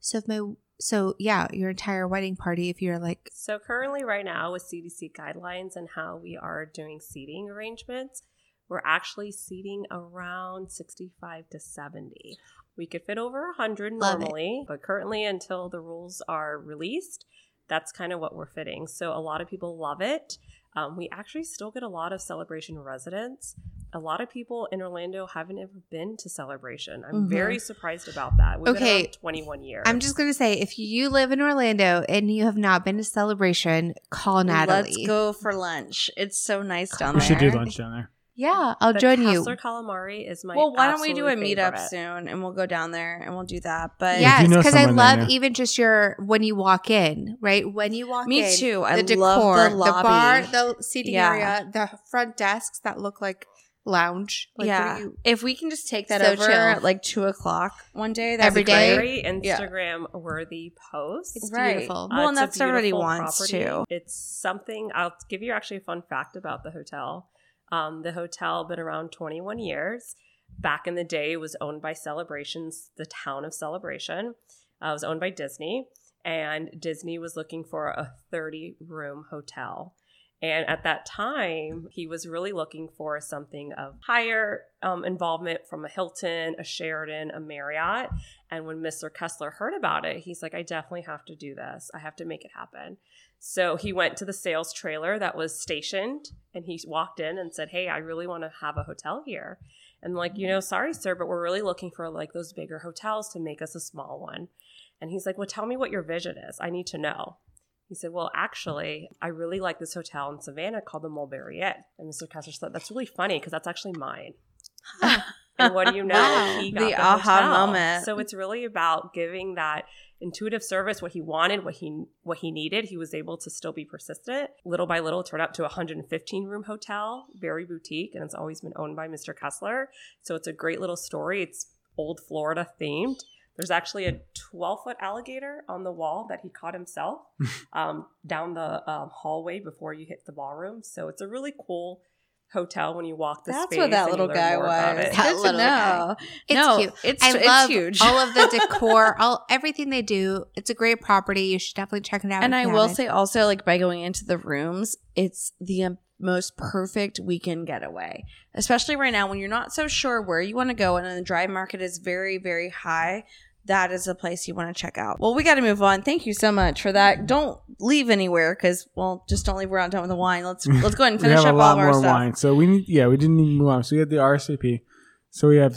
Speaker 3: So if my so yeah, your entire wedding party if you're like
Speaker 6: So, currently, right now, with CDC guidelines and how we are doing seating arrangements, we're actually seating around 65 to 70. We could fit over 100
Speaker 3: Love it.
Speaker 6: normally, but currently, until the rules are released, that's kind of what we're fitting. So, a lot of people love it. Um, we actually still get a lot of celebration residents. A lot of people in Orlando haven't ever been to celebration. I'm
Speaker 4: Mhm.
Speaker 6: very surprised about that. We've been
Speaker 3: Mm-hmm. Okay.
Speaker 6: around 21 years.
Speaker 3: I'm just going to say if you live in Orlando and you have not been to celebration, call Natalie.
Speaker 4: Let's go for lunch. It's so nice down
Speaker 2: We
Speaker 4: there.
Speaker 2: should do lunch down there.
Speaker 3: Yeah, I'll
Speaker 6: The
Speaker 3: join you.
Speaker 6: Kessler calamari is my
Speaker 4: Well, why don't we do a
Speaker 6: absolute
Speaker 4: meetup
Speaker 6: favorite.
Speaker 4: soon and we'll go down there and we'll do that. But
Speaker 2: Yeah,
Speaker 3: Yes,
Speaker 2: you know
Speaker 3: because I
Speaker 2: someone there
Speaker 3: love
Speaker 2: now.
Speaker 3: even just your when you walk in, right? When you walk in,
Speaker 4: me too. I
Speaker 3: the decor,
Speaker 4: love the
Speaker 3: the,
Speaker 4: lobby.
Speaker 3: bar, the seating
Speaker 4: Yeah.
Speaker 3: area, the front desks that look like lounge. Like
Speaker 4: yeah.
Speaker 3: you-
Speaker 4: if we can just take that
Speaker 3: So
Speaker 4: over
Speaker 3: chill.
Speaker 4: at like two o'clock one day, that'd
Speaker 3: Every
Speaker 4: be
Speaker 3: day.
Speaker 6: very
Speaker 4: great. Yeah.
Speaker 6: Instagram worthy post.
Speaker 3: It's
Speaker 4: Right.
Speaker 3: beautiful.
Speaker 4: Well, and
Speaker 6: Uh, it's a
Speaker 4: that's what everybody
Speaker 6: beautiful
Speaker 4: wants
Speaker 6: property.
Speaker 4: too.
Speaker 6: It's something I'll give you actually a fun fact about the hotel. Um, the hotel been around 21 years. Back in the day, it was owned by Celebrations, the town of Celebration. Uh, it was owned by Disney, and Disney was looking for a 30 room hotel. And at that time, he was really looking for something of higher um, involvement from a Hilton, a Sheridan, a Marriott. And when Mr. Kessler heard about it, he's like, I definitely have to do this. I have to make it happen. So he went to the sales trailer that was stationed and he walked in and said, Hey, I really want to have a hotel here. And like, you know, sorry, sir, but we're really looking for like those bigger hotels to make us a small one. And he's like, Well, tell me what your vision is. I need to know. He said, Well, actually, I really like this hotel in Savannah called the Mulberry Inn. And Mr. Kessler said, That's really funny because that's actually mine. and what do you know?
Speaker 3: Wow.
Speaker 6: He
Speaker 4: The aha
Speaker 6: hotel.
Speaker 4: moment.
Speaker 6: So it's really about giving that intuitive service what he wanted what he what he needed he was able to still be persistent little by little it turned out to a 115 room hotel very boutique and it's always been owned by mr kessler so it's a great little story it's old florida themed there's actually a 12 foot alligator on the wall that he caught himself um, down the um, hallway before you hit the ballroom so it's a really cool hotel when you walk the
Speaker 4: That's
Speaker 6: space
Speaker 4: what that
Speaker 6: and you
Speaker 4: little
Speaker 6: learn
Speaker 4: guy
Speaker 6: more about
Speaker 4: was.
Speaker 6: it.
Speaker 3: That
Speaker 4: Good to
Speaker 3: little guy.
Speaker 4: know.
Speaker 3: It's
Speaker 4: No,
Speaker 3: cute.
Speaker 4: It's,
Speaker 3: I
Speaker 4: it's
Speaker 3: love
Speaker 4: huge.
Speaker 3: all of the decor, all everything they do. It's a great property. You should definitely check it out.
Speaker 4: and
Speaker 3: if
Speaker 4: I
Speaker 3: you
Speaker 4: will
Speaker 3: haven't.
Speaker 4: say also, like by going into the rooms, it's the um, most perfect weekend getaway, especially right now when you're not so sure where you want to go, and the drive market is very, very high. That is a place you want to check out. Well, we got to move on. Thank you so much for that. Don't leave anywhere because, well, just don't leave. We're not done with the wine. Let's let's go ahead and
Speaker 2: we
Speaker 4: finish
Speaker 2: have
Speaker 4: up
Speaker 2: a
Speaker 4: all
Speaker 2: lot
Speaker 4: of our
Speaker 2: more
Speaker 4: stuff.
Speaker 2: wine. So we need, yeah, we didn't even move on. So we had the RSVP. So we have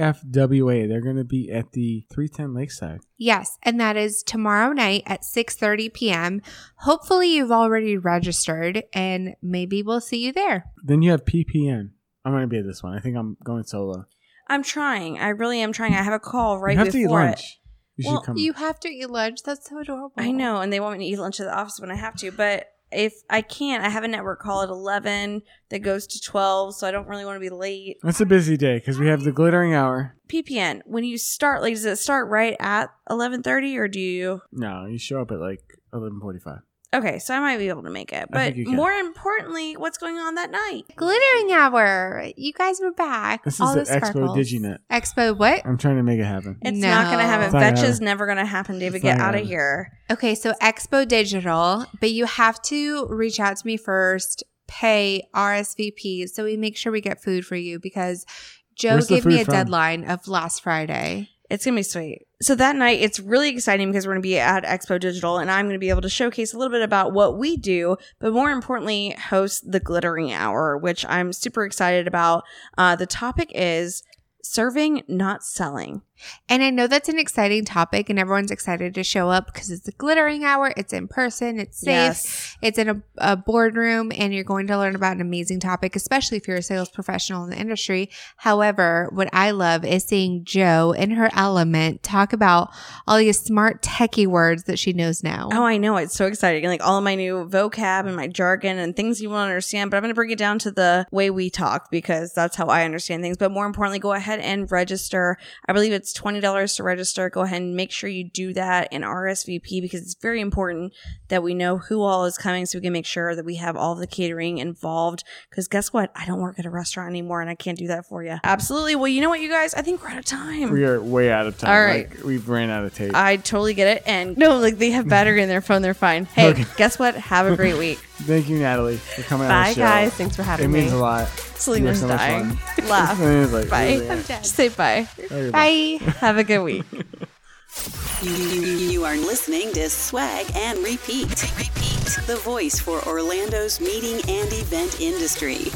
Speaker 2: CFWA. They're going to be at the 310 Lakeside.
Speaker 3: Yes, and that is tomorrow night at 6:30 p.m. Hopefully you've already registered and maybe we'll see you there.
Speaker 2: Then you have PPN. I'm going to be at this one. I think I'm going solo.
Speaker 4: I'm trying. I really am trying. I have a call right
Speaker 2: you have to
Speaker 4: before
Speaker 2: eat
Speaker 4: it.
Speaker 2: lunch. You
Speaker 4: Well,
Speaker 2: should come.
Speaker 3: You have to eat lunch. That's so adorable.
Speaker 2: Uh-huh.
Speaker 4: I know, and they want me to eat lunch at the office when I have to, but if I can't, I have a network call at 11 that goes to 12, so I don't really want to be late.
Speaker 2: it's a busy day because we have the glittering hour.
Speaker 4: PPN, when you start, like, does it start right at 11.30, or do you...
Speaker 2: No, you show up at like 11:45.
Speaker 4: Okay, so I might be able to make it,
Speaker 2: I
Speaker 4: but
Speaker 2: think you can.
Speaker 4: more importantly, what's going on that night?
Speaker 3: Glittering hour. You guys were back.
Speaker 2: This
Speaker 3: All
Speaker 2: is the
Speaker 3: the
Speaker 2: Expo
Speaker 3: sparkles.
Speaker 2: DigiNet.
Speaker 3: Expo what?
Speaker 2: I'm trying to make it happen.
Speaker 4: It's not going to
Speaker 3: No.
Speaker 4: happen.
Speaker 2: It's not gonna
Speaker 4: Fetch is
Speaker 2: happen.
Speaker 4: never going to happen, David.
Speaker 2: It's not
Speaker 4: Get
Speaker 2: gonna
Speaker 4: out of
Speaker 2: happen.
Speaker 4: here.
Speaker 3: Okay, so Expo Digital, but you have to reach out to me first, pay RSVP so we make sure we get food for you because Joe
Speaker 2: Where's the
Speaker 3: gave me
Speaker 2: food
Speaker 3: a
Speaker 2: from?
Speaker 3: deadline of last Friday.
Speaker 4: It's gonna be sweet. So that night, it's really exciting because we're gonna be at Expo Digital, and I'm gonna be able to showcase a little bit about what we do, but more importantly, host the Glittering Hour, which I'm super excited about. Uh, the topic is serving, not selling.
Speaker 3: And I know that's an exciting topic, and everyone's excited to show up because it's the glittering hour. It's in person. It's safe.
Speaker 4: Yes.
Speaker 3: It's in a, a boardroom, and you're going to learn about an amazing topic, especially if you're a sales professional in the industry. However, what I love is seeing Joe in her element talk about all these smart techie words that she knows now.
Speaker 4: Oh, I know it's so exciting! Like all of my new vocab and my jargon and things you won't understand. But I'm gonna bring it down to the way we talk because that's how I understand things. But more importantly, go ahead and register. I believe it's twenty dollars to register. Go ahead and make sure you do that and RSVP because it's very important that we know who all is coming so we can make sure that we have all the catering involved. Because guess what? I don't work at a restaurant anymore and I can't do that for you. Absolutely. Well, you know what, you guys? I think we're out of time.
Speaker 2: We are way out of time.
Speaker 4: All right.
Speaker 2: Like, we've ran out of tape.
Speaker 6: Uh,
Speaker 4: I totally get it. And no, like they have battery in their phone. They're fine. Hey,
Speaker 2: Okay.
Speaker 4: guess what? Have a great week.
Speaker 2: Thank you, Natalie, for coming on
Speaker 6: bye
Speaker 2: the show.
Speaker 6: guys thanks for having
Speaker 2: It
Speaker 6: me
Speaker 2: means a lot.
Speaker 4: Selena's
Speaker 2: You have so
Speaker 4: dying.
Speaker 2: much fun.
Speaker 4: Laugh.
Speaker 2: Selena's like,
Speaker 4: Bye.
Speaker 2: really-
Speaker 4: Just say bye.
Speaker 2: everybody.
Speaker 3: Bye.
Speaker 4: Have a good week.
Speaker 5: You, you- you- you are listening to Swag and Repeat. Repeat. The voice for Orlando's meeting and event industry.